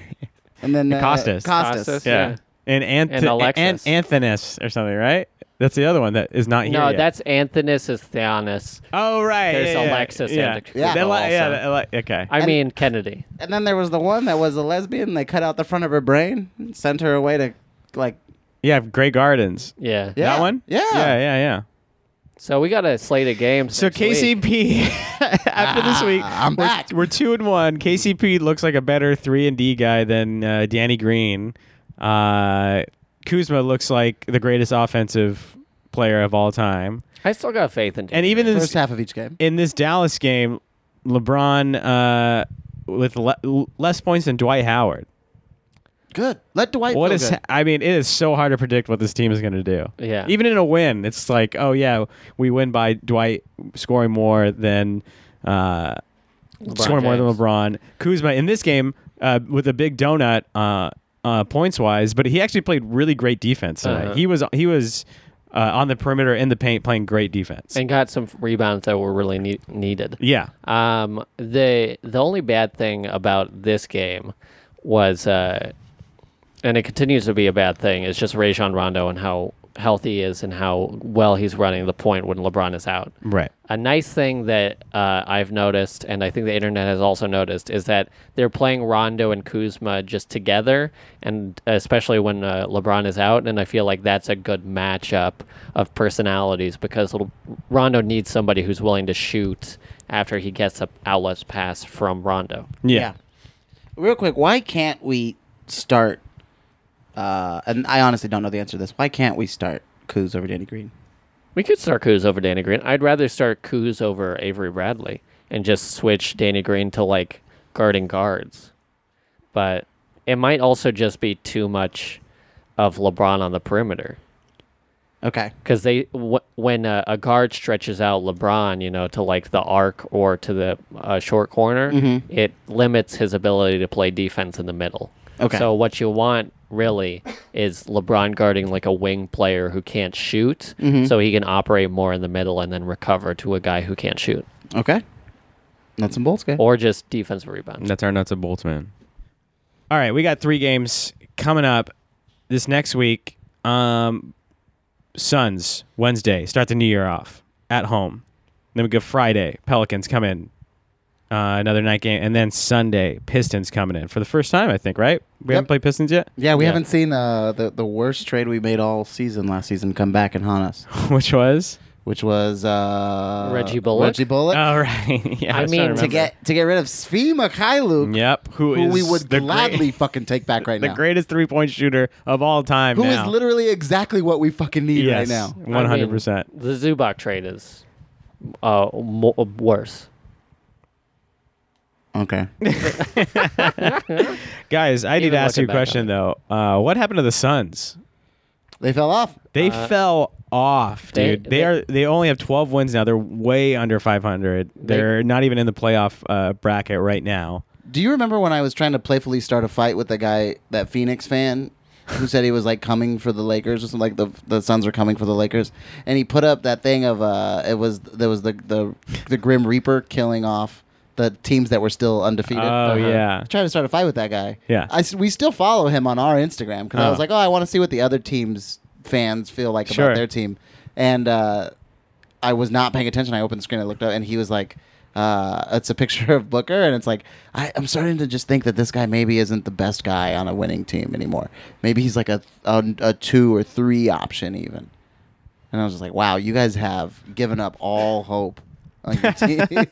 Speaker 3: and then uh,
Speaker 1: Costas.
Speaker 3: Costas.
Speaker 2: Costas.
Speaker 1: Yeah.
Speaker 2: Yeah.
Speaker 1: And Anth-
Speaker 2: And Alexis.
Speaker 1: and Anthonus or something, right? That's the other one that is not here.
Speaker 2: No,
Speaker 1: yet.
Speaker 2: that's Anthony's is Theonis.
Speaker 1: oh right.
Speaker 2: there's
Speaker 1: yeah, yeah,
Speaker 2: Alexis and
Speaker 1: yeah.
Speaker 2: the
Speaker 1: yeah.
Speaker 3: Yeah.
Speaker 1: That li-
Speaker 2: also.
Speaker 1: yeah, that li- okay.
Speaker 2: I
Speaker 3: And-
Speaker 2: mean Kennedy.
Speaker 3: And then there was the one that was a lesbian. They cut out the front of her brain, and sent her away to like.
Speaker 1: yeah, Grey Gardens.
Speaker 2: Yeah.
Speaker 3: Yeah.
Speaker 1: That one.
Speaker 3: Yeah.
Speaker 1: Yeah. Yeah. Yeah.
Speaker 2: So we got a slate of games.
Speaker 1: So
Speaker 2: next week.
Speaker 1: KCP after this week,
Speaker 3: Ah, I'm
Speaker 1: we're,
Speaker 3: back.
Speaker 1: we're two and one. KCP looks like a better three and D guy than uh, Danny Green. Uh, Kuzma looks like the greatest offensive player of all time.
Speaker 2: I still got faith in. Jimmy
Speaker 1: And even
Speaker 2: Graham.
Speaker 1: in
Speaker 3: First
Speaker 1: this,
Speaker 3: half of each game.
Speaker 1: in this Dallas game, LeBron uh, with le- l- less points than Dwight Howard.
Speaker 3: Good. Let Dwight.
Speaker 1: What
Speaker 3: feel
Speaker 1: is?
Speaker 3: good.
Speaker 1: I mean, it is so hard to predict what this team is going to do.
Speaker 2: Yeah.
Speaker 1: Even in a win, it's like, oh yeah, we win by Dwight scoring more than uh,
Speaker 2: LeBron
Speaker 1: scoring more than
Speaker 2: James.
Speaker 1: LeBron. Kuzma in this game uh, with a big donut uh, uh, points wise, but he actually played really great defense. tonight.
Speaker 2: Uh-huh.
Speaker 1: He was he was uh, on the perimeter in the paint playing great defense.
Speaker 2: and got some rebounds that were really ne- needed.
Speaker 1: yeah.
Speaker 2: Um, the the only bad thing about this game was, uh, and it continues to be a bad thing, is just Rajon Rondo and how healthy he is and how well he's running the point when LeBron is out.
Speaker 1: Right.
Speaker 2: A nice thing that uh, I've noticed, and I think the internet has also noticed, is that they're playing Rondo and Kuzma just together, and especially when uh, LeBron is out. And I feel like that's a good matchup of personalities because Le- Rondo needs somebody who's willing to shoot after he gets a outlets pass from Rondo.
Speaker 1: Yeah.
Speaker 3: Real quick, why can't we start? Uh, and I honestly don't know the answer to this. Why can't we start Kuz over Danny Green?
Speaker 2: We could start Kuz over Danny Green. I'd rather start Kuz over Avery Bradley and just switch Danny Green to like guarding guards. But it might also just be too much of LeBron on the perimeter
Speaker 3: Okay.
Speaker 2: because they w- when uh, a guard stretches out LeBron, you know, to like the arc or to the uh, short corner, it limits his ability to play defense in the middle.
Speaker 3: Okay.
Speaker 2: So what you want really is LeBron guarding like a wing player who can't shoot, so he can operate more in the middle and then recover to a guy who can't shoot,
Speaker 3: Okay. Nuts and bolts game.
Speaker 1: Oh,
Speaker 2: or just defensive rebounds.
Speaker 1: That's our nuts and bolts, man. All right, we got three games coming up this next week. Um, Suns Wednesday start the new year off at home. Then we go Friday Pelicans come in uh, another night game, and then Sunday Pistons coming in for the first time I think. Right? We
Speaker 3: Yep.
Speaker 1: haven't played Pistons yet.
Speaker 3: Yeah, we
Speaker 2: Yeah.
Speaker 3: haven't seen uh, the the worst trade we made all season last season come back and haunt us,
Speaker 1: Which was
Speaker 3: which was uh,
Speaker 2: Reggie Bullock?
Speaker 3: Reggie Bullock
Speaker 1: all right. yeah,
Speaker 2: I
Speaker 1: was trying
Speaker 2: mean,
Speaker 3: to
Speaker 1: remember.
Speaker 3: get to get rid of Svima Kailu,
Speaker 1: yep. Who,
Speaker 3: who
Speaker 1: is
Speaker 3: we would
Speaker 1: the
Speaker 3: gladly
Speaker 1: great-
Speaker 3: fucking take back right
Speaker 1: the
Speaker 3: now.
Speaker 1: greatest three point shooter of all time.
Speaker 3: who is
Speaker 1: now.
Speaker 3: literally exactly what we fucking need right
Speaker 1: yes,
Speaker 3: now.
Speaker 2: I
Speaker 1: one
Speaker 2: mean,
Speaker 1: hundred percent.
Speaker 2: The Zubac trade is uh, mo- worse.
Speaker 3: Okay.
Speaker 1: Guys, I need
Speaker 2: Even
Speaker 1: to ask you a
Speaker 2: looking back on
Speaker 1: question though. Uh, what happened to the Suns?
Speaker 3: They fell off.
Speaker 1: They fell off,
Speaker 2: they-
Speaker 1: dude. They,
Speaker 2: they-
Speaker 1: are they only have 12 wins now. They're way under 500.
Speaker 2: They-
Speaker 1: They're not even in the playoff uh, bracket right now.
Speaker 3: Do you remember when I was trying to playfully start a fight with the guy, that Phoenix fan, who said he was like coming for the Lakers or something like the the Suns were coming for the Lakers, and he put up that thing of uh, it was there was the the the Grim Reaper killing off the teams that were still
Speaker 1: Oh
Speaker 3: undefeated.
Speaker 1: yeah.
Speaker 3: I tried to start a fight with that guy.
Speaker 1: Yeah.
Speaker 3: I s we still follow him on our Instagram because I
Speaker 1: Oh.
Speaker 3: was like, oh, I want to see what the other team's fans feel like
Speaker 1: Sure.
Speaker 3: about their team, and uh, I was not paying attention. I opened the screen, I looked up, and he was like, uh, it's a picture of Booker, and it's like I, I'm starting to just think that this guy maybe isn't the best guy on a winning team anymore. Maybe he's like a a, a two or three option even. And I was just like, wow, you guys have given up all hope. on your team.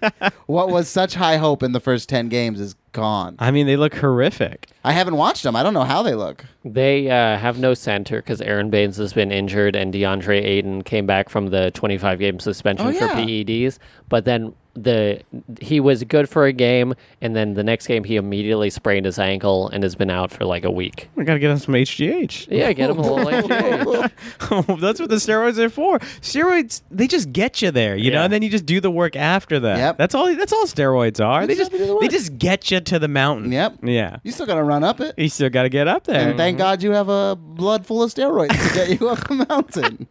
Speaker 3: what was such high hope in the first 10 games is gone.
Speaker 1: I mean, they look horrific.
Speaker 3: I haven't watched them. I don't know how they look.
Speaker 2: They uh, have no center because Aaron Baines has been injured and DeAndre Ayton came back from the 25 game suspension
Speaker 3: Oh,
Speaker 2: for
Speaker 3: yeah.
Speaker 2: PEDs. But then the he was good for a game, and then the next game he immediately sprained his ankle and has been out for like a week.
Speaker 1: We got to get them some HGH.
Speaker 2: Yeah, get him a little AJ.
Speaker 1: That's what the steroids are for. Steroids, they just get you there, you know,
Speaker 2: Yeah.
Speaker 1: and then you just do the work after that.
Speaker 3: Yep.
Speaker 1: That's all that's all steroids are. They
Speaker 3: just
Speaker 1: just
Speaker 3: have to do the
Speaker 1: they
Speaker 3: work.
Speaker 1: just get you to the mountain.
Speaker 3: Yep.
Speaker 1: Yeah.
Speaker 3: You still got to run up it.
Speaker 1: You still got to get up there.
Speaker 3: And thank God you have a blood full of steroids to get you up the mountain.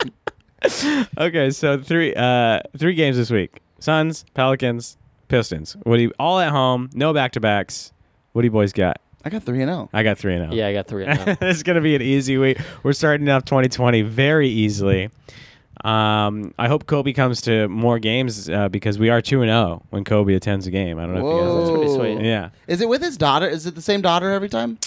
Speaker 1: Okay, so three uh three games this week. Suns, Pelicans, Pistons. What do you all at home, no back to backs. What do you boys got?
Speaker 3: I got 3 and 0.
Speaker 1: I got three and oh.
Speaker 2: Yeah, I got three. and a half.
Speaker 1: it's gonna be an easy week. We're starting off twenty twenty very easily. Um, I hope Kobe comes to more games uh, because we are two and zero when Kobe attends a game. I don't know if you guys.
Speaker 2: That's pretty sweet.
Speaker 1: Yeah,
Speaker 3: Is it with his daughter? Is it the same daughter every time?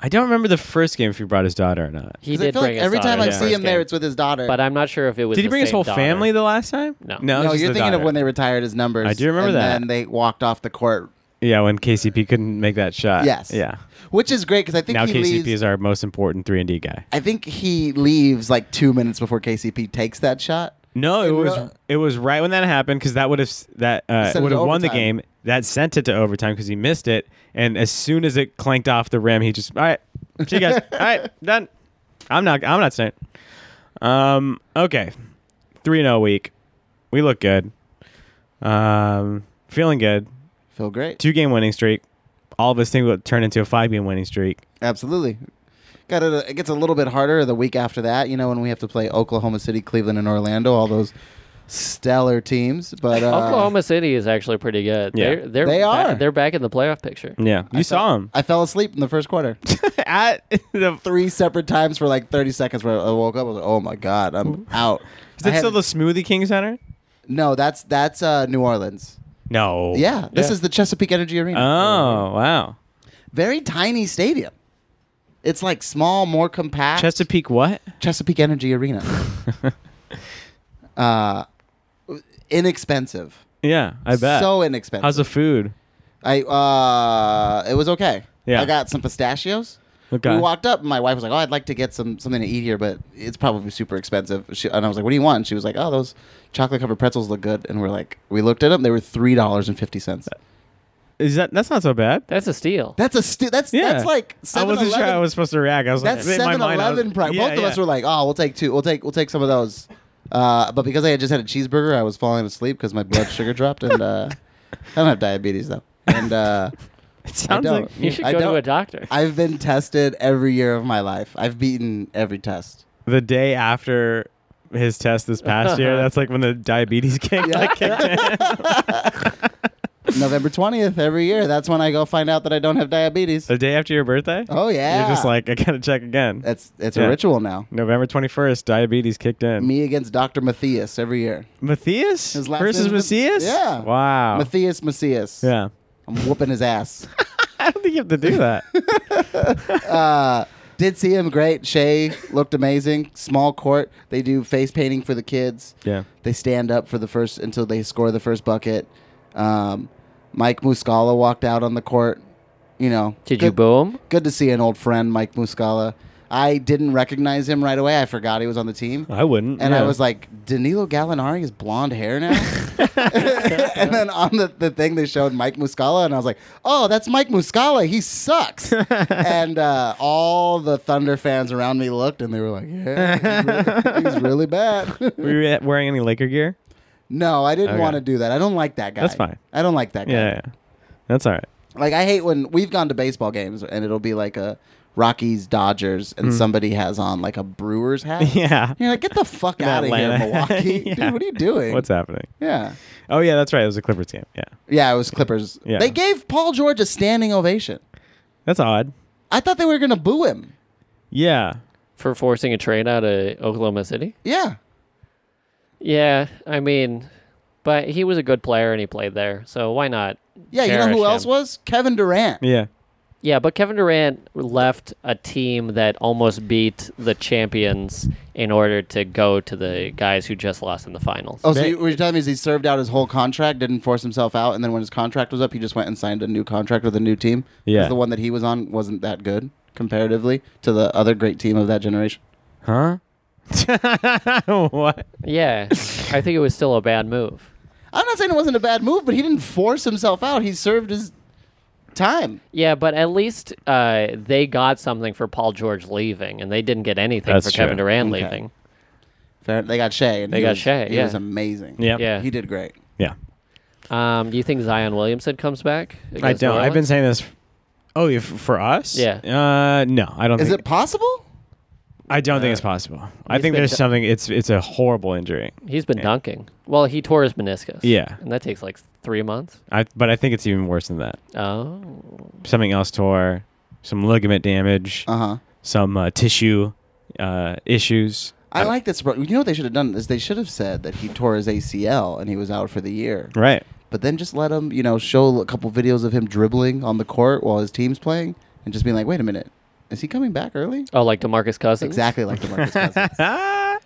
Speaker 1: I don't remember the first game if he brought his daughter or not.
Speaker 2: He
Speaker 3: 'Cause
Speaker 2: did
Speaker 3: I feel
Speaker 2: bring
Speaker 3: like
Speaker 2: his
Speaker 3: every time
Speaker 2: daughter
Speaker 3: I
Speaker 2: the
Speaker 3: see
Speaker 2: first
Speaker 3: him there,
Speaker 2: game,
Speaker 3: it's with his daughter.
Speaker 2: but I'm not sure if it was.
Speaker 1: Did he
Speaker 2: the
Speaker 1: bring his
Speaker 2: same
Speaker 1: whole
Speaker 2: daughter.
Speaker 1: family the last time?
Speaker 2: No.
Speaker 1: no, it
Speaker 3: no,
Speaker 1: was
Speaker 3: you're
Speaker 1: just the
Speaker 3: thinking of
Speaker 1: daughter.
Speaker 3: when they retired his numbers.
Speaker 1: I do remember
Speaker 3: and
Speaker 1: that.
Speaker 3: And they walked off the court
Speaker 1: Yeah, when KCP couldn't make that shot.
Speaker 3: Yes.
Speaker 1: Yeah.
Speaker 3: which is great because I think
Speaker 1: Now
Speaker 3: he
Speaker 1: KCP
Speaker 3: leaves,
Speaker 1: is our most important three and D guy.
Speaker 3: I think he leaves like two minutes before KCP takes that shot.
Speaker 1: No, it
Speaker 3: And
Speaker 1: was
Speaker 3: Ro-
Speaker 1: it was right when that happened because that would have that uh,
Speaker 3: Sent it
Speaker 1: would have
Speaker 3: to
Speaker 1: won the
Speaker 3: overtime.
Speaker 1: game. That sent it to overtime because he missed it, and as soon as it clanked off the rim, he just all right, see you guys, all right, done. I'm not I'm not saying. Um, okay, three and zero week, we look good. Um, feeling good.
Speaker 3: Feel great.
Speaker 1: Two game winning streak. All of us think will turn into a five game winning streak.
Speaker 3: Absolutely. Got it. It gets a little bit harder the week after that. You know when we have to play Oklahoma City, Cleveland, and Orlando. All those stellar teams. But uh,
Speaker 2: Oklahoma City is actually pretty good.
Speaker 1: Yeah.
Speaker 2: They're, they're
Speaker 3: They
Speaker 2: ba-
Speaker 3: are.
Speaker 2: they're back in the playoff picture.
Speaker 1: Yeah, you saw him
Speaker 3: I fell asleep in the first quarter.
Speaker 1: at the.
Speaker 3: Three separate times for like 30 seconds. Where I woke up, I was like, "Oh my god, I'm out."
Speaker 1: Is
Speaker 3: I
Speaker 1: that
Speaker 3: had-
Speaker 1: still the Smoothie King Center?
Speaker 3: No, that's that's uh, New Orleans.
Speaker 1: No.
Speaker 3: Yeah, this
Speaker 2: Yeah.
Speaker 3: is the Chesapeake Energy Arena.
Speaker 1: Oh wow.
Speaker 3: Very tiny stadium. It's like small, more compact.
Speaker 1: Chesapeake what?
Speaker 3: Chesapeake Energy Arena. uh, inexpensive.
Speaker 1: Yeah, I bet.
Speaker 3: So inexpensive.
Speaker 1: How's the food?
Speaker 3: I uh, it was okay.
Speaker 1: Yeah.
Speaker 3: I got some pistachios.
Speaker 1: Okay.
Speaker 3: We walked up, and my wife was like, "Oh, I'd like to get some something to eat here, but it's probably super expensive." She, and I was like, "What do you want?" And she was like, "Oh, those chocolate covered pretzels look good." And we're like, we looked at them; they were three dollars and fifty cents.
Speaker 1: Is that that's not so bad?
Speaker 2: That's a steal.
Speaker 3: That's a stu- that's
Speaker 1: Yeah.
Speaker 3: that's like
Speaker 1: I
Speaker 3: seven
Speaker 1: wasn't sure I
Speaker 3: eleven.
Speaker 1: was supposed to react. I was
Speaker 3: That's
Speaker 1: like, in my
Speaker 3: seven
Speaker 1: mind, I was-
Speaker 3: eleven price.
Speaker 1: Yeah,
Speaker 3: Both of
Speaker 1: yeah.
Speaker 3: us were like, "Oh, we'll take two. We'll take we'll take some of those." Uh, but because I had just had a cheeseburger, I was falling asleep because my blood sugar dropped, and uh, I don't have diabetes though. And uh,
Speaker 1: It sounds
Speaker 3: don't.
Speaker 1: like
Speaker 2: you should
Speaker 3: I
Speaker 2: go to
Speaker 3: don't-
Speaker 2: a doctor.
Speaker 3: I've been tested every year of my life. I've beaten every test.
Speaker 1: the day after his test this past year. That's like when the diabetes kicked. Like, kicked in.
Speaker 3: November twentieth every year. That's when I go find out that I don't have diabetes.
Speaker 1: The day after your birthday.
Speaker 3: Oh yeah,
Speaker 1: You're just like I gotta check again.
Speaker 3: that's it's
Speaker 1: Yeah.
Speaker 3: a ritual now.
Speaker 1: November twenty first, diabetes kicked in.
Speaker 3: Me against Doctor Matthias every year.
Speaker 1: Matthias
Speaker 3: His last
Speaker 1: versus
Speaker 3: name is-
Speaker 1: Macias.
Speaker 3: Yeah.
Speaker 1: Wow.
Speaker 3: Matthias Macias.
Speaker 1: yeah.
Speaker 3: I'm whooping his ass.
Speaker 1: I don't think you have to do that.
Speaker 3: uh, did see him great. Shay looked amazing. Small court. They do face painting for the kids.
Speaker 1: yeah.
Speaker 3: They stand up for the first until they score the first bucket. Um, Mike Muscala walked out on the court. You know,
Speaker 2: Did
Speaker 3: good,
Speaker 2: you boom?
Speaker 3: good to see an old friend, Mike Muscala. I didn't recognize him right away. I forgot he was on the team.
Speaker 1: I wouldn't.
Speaker 3: And I
Speaker 1: Uh, yeah.
Speaker 3: was like, Danilo Gallinari has blonde hair now. and then on the, the thing they showed Mike Muscala, and I was like, oh, that's Mike Muscala. He sucks. and uh, all the Thunder fans around me looked, and they were like, yeah, he's really, he's really bad.
Speaker 1: were you wearing any Laker gear?
Speaker 3: no, I didn't
Speaker 1: Okay.
Speaker 3: want to do that. I don't like that guy.
Speaker 1: That's fine.
Speaker 3: I don't like that guy.
Speaker 1: Yeah, yeah. That's all right.
Speaker 3: Like I hate when we've gone to baseball games and it'll be like a Rockies Dodgers and somebody has on like a Brewers hat.
Speaker 1: Mm. Yeah.
Speaker 3: You're like, get the fuck out of here,
Speaker 1: Atlanta.
Speaker 3: Milwaukee.
Speaker 1: Yeah.
Speaker 3: Dude, what are you doing?
Speaker 1: What's happening?
Speaker 3: yeah.
Speaker 1: Oh yeah, that's right. It was a Clippers game. Yeah,
Speaker 3: Yeah, it was Clippers.
Speaker 1: Yeah.
Speaker 3: They gave Paul George a standing ovation.
Speaker 1: that's odd.
Speaker 3: I thought they were gonna boo him.
Speaker 1: Yeah,
Speaker 2: For forcing a trade out of Oklahoma City?
Speaker 3: Yeah.
Speaker 2: Yeah, I mean, but he was a good player and he played there, so why not?
Speaker 3: Yeah, you know
Speaker 2: cherish
Speaker 3: who else
Speaker 2: him?
Speaker 3: was? Kevin Durant.
Speaker 1: yeah.
Speaker 2: Yeah, but Kevin Durant left a team that almost beat the champions in order to go to the guys who just lost in the finals.
Speaker 3: Oh, so
Speaker 1: They-
Speaker 3: you, what you're telling me is he served out his whole contract, didn't force himself out, and then when his contract was up, he just went and signed a new contract with a new team. 'Cause
Speaker 1: Yeah.
Speaker 3: the one that he was on wasn't that good comparatively to the other great team of that generation.
Speaker 1: Huh? what?
Speaker 2: Yeah, I think it was still a bad move.
Speaker 3: I'm not saying it wasn't a bad move, but he didn't force himself out. He served his time.
Speaker 2: Yeah, but at least uh, they got something for Paul George leaving, and they didn't get anything
Speaker 1: That's
Speaker 2: for Kevin
Speaker 1: true.
Speaker 2: Durant
Speaker 3: Okay.
Speaker 2: leaving.
Speaker 3: Fair. They got Shea. And
Speaker 2: They
Speaker 3: he
Speaker 2: got
Speaker 3: was-
Speaker 2: Shea,
Speaker 3: He
Speaker 2: yeah.
Speaker 3: was amazing.
Speaker 1: Yep.
Speaker 2: Yeah.
Speaker 3: He did great.
Speaker 1: Yeah.
Speaker 2: Um, do you think Zion Williamson comes back?
Speaker 1: I
Speaker 2: against
Speaker 1: don't.
Speaker 2: New
Speaker 1: I've been
Speaker 2: Orleans?
Speaker 1: saying this. Oh, you- f- for us?
Speaker 2: Yeah.
Speaker 1: Uh, no, I don't.
Speaker 3: Is
Speaker 1: think,
Speaker 3: it possible?
Speaker 1: I don't
Speaker 2: Uh,
Speaker 1: think it's possible. I
Speaker 2: he's
Speaker 1: think
Speaker 2: been
Speaker 1: there's
Speaker 2: d-
Speaker 1: something. It's it's a horrible injury.
Speaker 2: He's been dunking. Well, he tore his meniscus.
Speaker 1: Yeah.
Speaker 2: and that takes like three months.
Speaker 1: I but I think it's even worse than that.
Speaker 2: Oh,
Speaker 1: Something else tore, some ligament damage,
Speaker 3: Uh huh.
Speaker 1: some uh, tissue uh, issues.
Speaker 3: I like this. approach. You know what they should have done is they should have said that he tore his ACL and he was out for the year.
Speaker 1: Right.
Speaker 3: But then just let him, you know, show a couple videos of him dribbling on the court while his team's playing, and just being like, "Wait a minute, is he coming back early?"
Speaker 2: oh, like Demarcus Cousins.
Speaker 3: Exactly like the Marcus Cousins.
Speaker 1: Ah.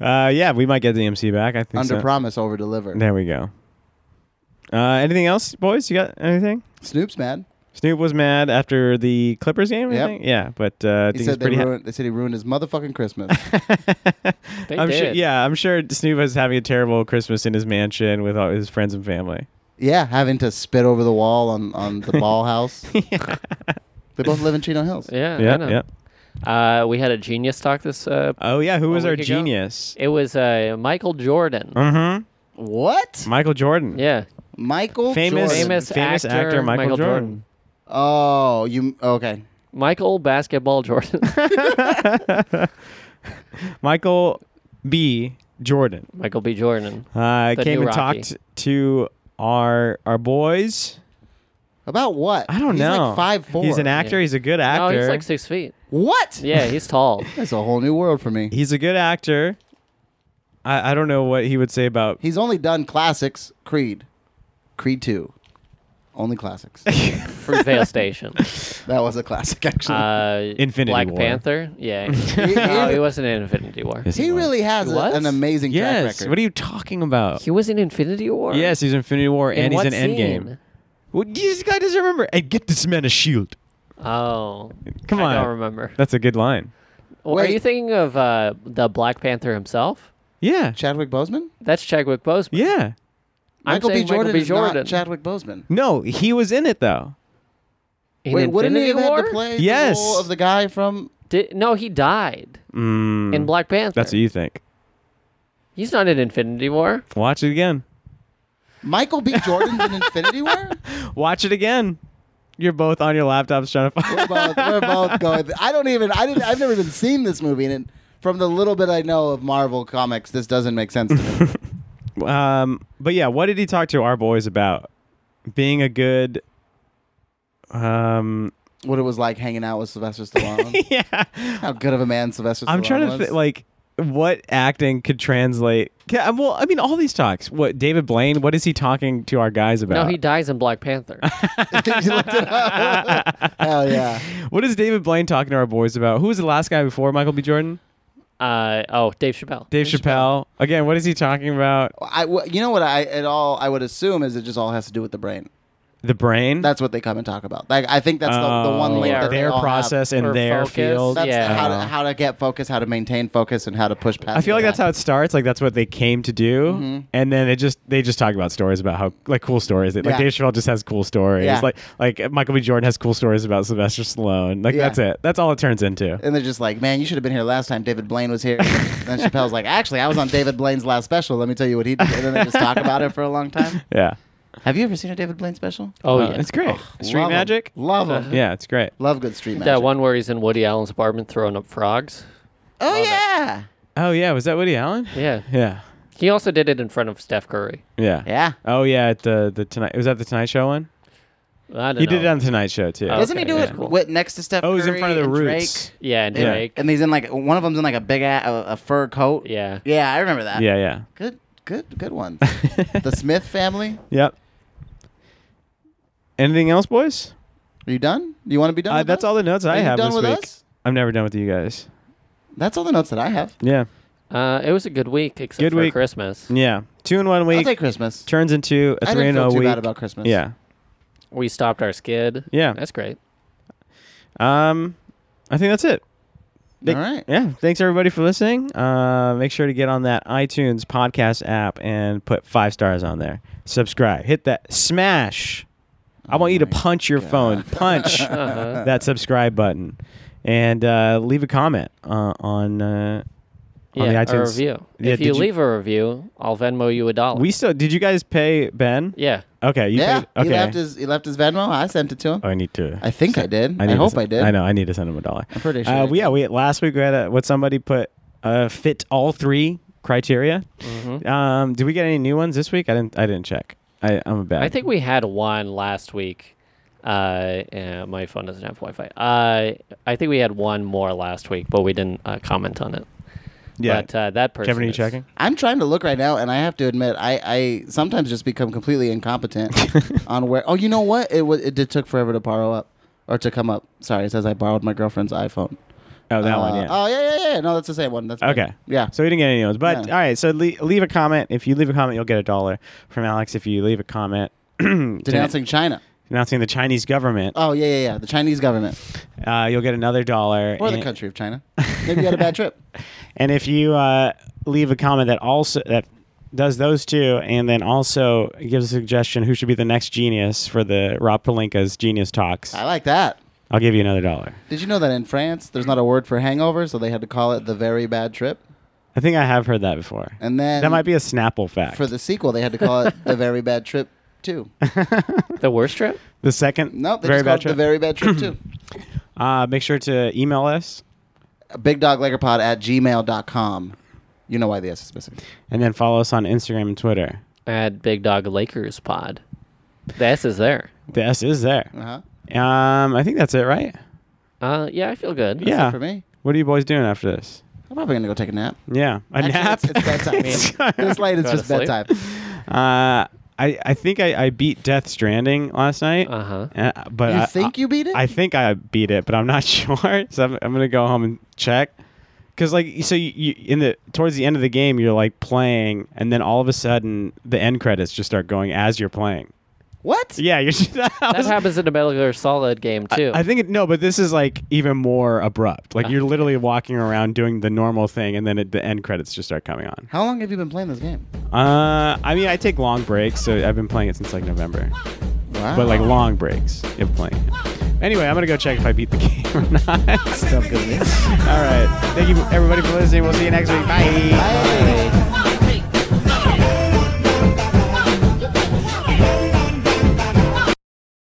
Speaker 1: Uh, yeah, we might get the MC back. I think
Speaker 3: Under
Speaker 1: so.
Speaker 3: promise, over deliver.
Speaker 1: There we go. Uh, anything else, boys? You got anything?
Speaker 3: Snoop's mad.
Speaker 1: Snoop was mad after the Clippers game. I
Speaker 3: Yep.
Speaker 1: think? Yeah, but uh, I
Speaker 3: He
Speaker 1: think
Speaker 3: said
Speaker 1: it's
Speaker 3: they,
Speaker 1: pretty. ha-
Speaker 3: ruined, they said he ruined his motherfucking Christmas.
Speaker 2: They
Speaker 1: I'm
Speaker 2: did.
Speaker 1: sure. Yeah, I'm sure Snoop is having a terrible Christmas in his mansion with all his friends and family.
Speaker 3: yeah, having to spit over the wall on, on the ball house. They both live in Chino Hills.
Speaker 2: Yeah. I
Speaker 1: Yeah,
Speaker 2: know.
Speaker 1: yeah.
Speaker 2: Uh, we had a genius talk this. Uh,
Speaker 1: Oh yeah, who was
Speaker 2: A
Speaker 1: our
Speaker 2: week ago?
Speaker 1: genius?
Speaker 2: it was uh, Michael Jordan.
Speaker 1: Mm-hmm.
Speaker 3: What?
Speaker 1: Michael Jordan.
Speaker 2: Yeah,
Speaker 3: Michael
Speaker 1: Famous,
Speaker 3: Jordan.
Speaker 2: Famous
Speaker 1: famous actor,
Speaker 2: actor,
Speaker 1: Michael,
Speaker 2: Michael
Speaker 1: Jordan.
Speaker 2: Jordan.
Speaker 3: Oh, you okay?
Speaker 2: Michael Basketball Jordan.
Speaker 1: Michael B. Jordan
Speaker 2: Michael B. Jordan.
Speaker 1: uh,
Speaker 2: The
Speaker 1: came
Speaker 2: new
Speaker 1: and
Speaker 2: Rocky.
Speaker 1: talked to our our boys.
Speaker 3: About what?
Speaker 1: I don't
Speaker 3: He's
Speaker 1: know.
Speaker 3: Like five four.
Speaker 1: He's an actor.
Speaker 2: Yeah.
Speaker 1: He's a good actor.
Speaker 2: Oh, he's like six feet.
Speaker 3: What?
Speaker 2: Yeah, he's tall.
Speaker 3: That's a whole new world for me.
Speaker 1: He's a good actor. I, I don't know what he would say about.
Speaker 3: He's only done classics. Creed, Creed two, only classics.
Speaker 2: Fruitvale Station.
Speaker 3: that was a classic actually.
Speaker 2: Uh,
Speaker 1: Infinity
Speaker 2: Black
Speaker 1: War.
Speaker 2: Panther. Yeah. no, he wasn't in Infinity War.
Speaker 1: Yes,
Speaker 3: he
Speaker 1: was.
Speaker 3: really has
Speaker 2: He
Speaker 3: a-
Speaker 2: was?
Speaker 3: an amazing
Speaker 1: Yes.
Speaker 3: track record.
Speaker 1: What are you talking about?
Speaker 2: He was in Infinity War.
Speaker 1: Yes, he's in Infinity War
Speaker 2: In
Speaker 1: and he's in
Speaker 2: what
Speaker 1: Endgame.
Speaker 2: scene?
Speaker 1: Well, this guy doesn't remember. Hey, get this man a shield.
Speaker 2: Oh,
Speaker 1: Come on.
Speaker 2: I don't remember.
Speaker 1: That's a good line.
Speaker 2: Well, are
Speaker 3: Wait.
Speaker 2: you thinking of uh, the Black Panther himself?
Speaker 1: Yeah.
Speaker 3: Chadwick Boseman?
Speaker 2: That's Chadwick Boseman.
Speaker 1: Yeah.
Speaker 2: I'm
Speaker 3: Michael B.
Speaker 2: saying
Speaker 3: Jordan
Speaker 2: Michael B.
Speaker 3: is not
Speaker 2: Jordan.
Speaker 3: Chadwick Boseman.
Speaker 1: No, he was in it though.
Speaker 2: In
Speaker 3: Wait, wouldn't he
Speaker 2: Infinity
Speaker 3: have had
Speaker 2: War?
Speaker 3: to play
Speaker 1: Yes.
Speaker 3: the role of the guy from?
Speaker 2: Did, no, he died
Speaker 1: Mm,
Speaker 2: in Black Panther.
Speaker 1: that's what you think.
Speaker 2: He's not in Infinity War.
Speaker 1: Watch it again.
Speaker 3: Michael B. Jordan's in Infinity War.
Speaker 1: Watch it again. You're both on your laptops trying to
Speaker 3: We're
Speaker 1: find.
Speaker 3: both, we're both going. I don't even. I didn't. I've never even seen this movie, and it- from the little bit I know of Marvel comics, this doesn't make sense to me.
Speaker 1: Um, but yeah, what did he talk to our boys about? Being a good. Um.
Speaker 3: what it was like hanging out with Sylvester Stallone.
Speaker 1: Yeah.
Speaker 3: How good of a man Sylvester. Stallone
Speaker 1: I'm trying to
Speaker 3: was.
Speaker 1: think, like, what acting could translate? Yeah, well, I mean, all these talks. What David Blaine? What is he talking to our guys about?
Speaker 2: No, he dies in Black Panther.
Speaker 3: You looked it up. Hell yeah.
Speaker 1: What is David Blaine talking to our boys about? Who was the last guy before Michael B. Jordan?
Speaker 2: uh, oh, Dave Chappelle.
Speaker 1: Dave Chappelle. Again, what is he talking about?
Speaker 3: I, w- you know what I it all I would assume is it just all has to do with the brain.
Speaker 1: The brain.
Speaker 3: That's what they come and talk about. Like I think that's the, the one
Speaker 1: Oh,
Speaker 3: link
Speaker 2: yeah,
Speaker 3: that they
Speaker 1: their
Speaker 3: all have.
Speaker 1: process
Speaker 2: Or
Speaker 1: and their
Speaker 2: focus.
Speaker 1: field.
Speaker 3: That's
Speaker 2: Yeah.
Speaker 3: how to how to get focus, how to maintain focus, and how to push past.
Speaker 1: I feel like
Speaker 3: that.
Speaker 1: that's how it starts. Like that's what they came to do,
Speaker 3: Mm-hmm.
Speaker 1: and then it just they just talk about stories about how like cool stories. Like
Speaker 3: Yeah.
Speaker 1: Dave Chappelle just has cool stories.
Speaker 3: Yeah.
Speaker 1: Like like Michael B. Jordan has cool stories about Sylvester Stallone. Like
Speaker 3: Yeah. Uh,
Speaker 1: that's it. That's all it turns into.
Speaker 3: And they're just like, man, you should have been here last time. David Blaine was here. then Chappelle's like, actually, I was on David Blaine's last special. Let me tell you what he did. And then they just talk about it for a long time.
Speaker 1: Yeah,
Speaker 3: Have you ever seen a David Blaine special?
Speaker 2: Oh,
Speaker 1: Uh,
Speaker 2: yeah.
Speaker 1: it's great. Street
Speaker 3: Love 'em.
Speaker 1: magic.
Speaker 3: Love him.
Speaker 1: Yeah, it's great.
Speaker 3: Love good street magic.
Speaker 2: that one where he's in Woody Allen's apartment throwing up frogs.
Speaker 3: Oh yeah.
Speaker 1: Oh yeah, was that Woody Allen?
Speaker 2: Yeah.
Speaker 1: Yeah,
Speaker 2: He also did it in front of Steph Curry.
Speaker 1: yeah,
Speaker 3: Yeah.
Speaker 1: Oh yeah, at the the tonight was that the Tonight Show one.
Speaker 2: I don't
Speaker 1: He
Speaker 2: know.
Speaker 1: did it on the Tonight Show too.
Speaker 2: Oh.
Speaker 3: Doesn't he
Speaker 2: Okay,
Speaker 3: do
Speaker 2: yeah.
Speaker 3: it with, next to Steph?
Speaker 1: Oh, he's in
Speaker 3: Curry
Speaker 1: front of the
Speaker 3: and
Speaker 1: Roots.
Speaker 3: Drake?
Speaker 2: Yeah, and
Speaker 1: Yeah.
Speaker 2: Drake.
Speaker 3: And he's in like one of them's in like a big a, a, a fur coat.
Speaker 2: Yeah.
Speaker 3: Yeah, I remember that.
Speaker 1: Yeah, yeah.
Speaker 3: Good, good, good one. the Smith family.
Speaker 1: Yep. Anything else, boys?
Speaker 3: Are you done? Do you want to be done?
Speaker 1: Uh,
Speaker 3: with
Speaker 1: that's
Speaker 3: us?
Speaker 1: all the notes I
Speaker 3: Are you
Speaker 1: have
Speaker 3: done
Speaker 1: this
Speaker 3: with
Speaker 1: week.
Speaker 3: us?
Speaker 1: I'm never done with you guys.
Speaker 3: That's all the notes that I have.
Speaker 1: Yeah,
Speaker 2: Uh, it was a good week, except
Speaker 1: Good
Speaker 2: for
Speaker 1: week. Mm.
Speaker 2: Christmas.
Speaker 1: yeah. Two in one
Speaker 3: I'll
Speaker 1: week
Speaker 3: take Christmas.
Speaker 1: turns into a
Speaker 3: I
Speaker 1: three and
Speaker 3: didn't feel
Speaker 1: a
Speaker 3: too
Speaker 1: week.
Speaker 3: bad about Christmas.
Speaker 1: yeah,
Speaker 2: We stopped our skid.
Speaker 1: Yeah.
Speaker 2: That's great.
Speaker 1: Um, I think that's it. Thank-
Speaker 3: All right.
Speaker 1: Yeah. Thanks everybody for listening. Uh, make sure to get on that iTunes podcast app and put five stars on there. Subscribe. Hit that smash. I
Speaker 3: Oh
Speaker 1: want you to punch your phone. Punch
Speaker 2: Uh-huh.
Speaker 1: that subscribe button, and uh, leave a comment uh, on uh, on
Speaker 2: yeah,
Speaker 1: the iTunes
Speaker 2: a review.
Speaker 1: Yeah,
Speaker 2: if you
Speaker 1: did
Speaker 2: leave a review, I'll Venmo you a dollar.
Speaker 1: we still did. You guys pay Ben?
Speaker 2: yeah.
Speaker 1: Okay. You
Speaker 3: yeah.
Speaker 1: Paid, okay.
Speaker 3: He left his he left his Venmo. I sent it to him.
Speaker 1: Oh, I need to.
Speaker 3: I think I did. I,
Speaker 1: need to
Speaker 3: hope
Speaker 1: sen-
Speaker 3: I did.
Speaker 1: I know. I need to send him a dollar.
Speaker 3: I'm pretty sure
Speaker 1: Uh,
Speaker 3: I
Speaker 1: we- yeah,
Speaker 3: did.
Speaker 1: we last week we had a, what somebody put uh, fit all three criteria.
Speaker 2: Mm-hmm.
Speaker 1: Um, did we get any new ones this week? I didn't. I didn't check. I, I'm a bad.
Speaker 2: I think we had one last week. Uh, eh, my phone doesn't have Wi-Fi. Uh, I think we had one more last week, but we didn't uh, comment on it.
Speaker 1: Yeah.
Speaker 2: But uh, that person.
Speaker 1: Kevin, are you
Speaker 2: is-
Speaker 1: checking?
Speaker 3: I'm trying to look right now, and I have to admit, I, I sometimes just become completely incompetent on where. Oh, you know what? It was it, did took forever to borrow up or to come up. Sorry, it says I borrowed my girlfriend's iPhone.
Speaker 1: Oh, that
Speaker 3: Uh,
Speaker 1: one. Yeah.
Speaker 3: Oh yeah, yeah, yeah. No, that's the same one. That's fine.
Speaker 1: Okay.
Speaker 3: Yeah.
Speaker 1: So we didn't get any ones, but
Speaker 3: No.
Speaker 1: all right. So le- leave a comment. If you leave a comment, you'll get a dollar from Alex. If you leave a comment
Speaker 3: denouncing China.
Speaker 1: denouncing the Chinese government,
Speaker 3: Oh yeah, yeah, yeah. The Chinese government
Speaker 1: uh, you'll get another dollar.
Speaker 3: or the
Speaker 1: and-
Speaker 3: country of China. Maybe you had a bad trip.
Speaker 1: And if you uh, leave a comment that also that does those two, and then also gives a suggestion who should be the next genius for the Rob Palinka's Genius Talks,
Speaker 3: I like that.
Speaker 1: I'll give you another dollar.
Speaker 3: Did you know that in France there's not a word for hangover, so they had to call it the very bad trip?
Speaker 1: I think I have heard that before.
Speaker 3: And then
Speaker 1: that might be a Snapple fact.
Speaker 3: for the sequel they had to call it the very bad trip two.
Speaker 2: The worst trip?
Speaker 1: the second,
Speaker 3: Nope, they
Speaker 1: very
Speaker 3: just called
Speaker 1: bad
Speaker 3: it
Speaker 1: trip.
Speaker 3: the very bad trip two.
Speaker 1: uh, make sure to email us
Speaker 3: BigDogLeggerPod at gmail.com. You know why the S is missing.
Speaker 1: and then follow us on Instagram and Twitter.
Speaker 2: At Big Dog Lakers pod. The S is there.
Speaker 1: The S is there.
Speaker 3: Uh-huh.
Speaker 1: Um, I think that's it, right?
Speaker 2: Uh, yeah, I feel good.
Speaker 1: yeah.
Speaker 3: For me.
Speaker 1: What are you boys doing after this?
Speaker 3: I'm probably gonna go take a nap.
Speaker 1: Yeah, a
Speaker 3: Actually,
Speaker 1: nap.
Speaker 3: It's, it's bedtime. this late it's
Speaker 2: Go to
Speaker 3: just
Speaker 2: sleep.
Speaker 3: bedtime.
Speaker 1: uh, I I think I, I beat Death Stranding last night.
Speaker 2: Uh huh.
Speaker 1: Uh, but
Speaker 3: You
Speaker 1: I,
Speaker 3: think you beat it?
Speaker 1: I think I beat it, but I'm not sure. So I'm, I'm gonna go home and check. Cause like so you, you in the towards the end of the game you're like playing and then all of a sudden the end credits just start going as you're playing.
Speaker 3: what?
Speaker 1: Yeah, you're just, that
Speaker 2: That happens in a Metal Gear Solid game too. Uh-huh.
Speaker 1: I think it, no, but this is like even more abrupt. Like you're literally walking around doing the normal thing and then it, the end credits just start coming on.
Speaker 3: How long have you been playing this game?
Speaker 1: Uh, I mean I take long breaks, so I've been playing it since like November,
Speaker 3: Wow.
Speaker 1: but like long breaks of playing. it. Anyway, I'm gonna go check if I beat the game or not.
Speaker 3: Sounds good to me.
Speaker 1: All right. Thank you, everybody, for listening. We'll see you next week. Bye.
Speaker 3: Bye.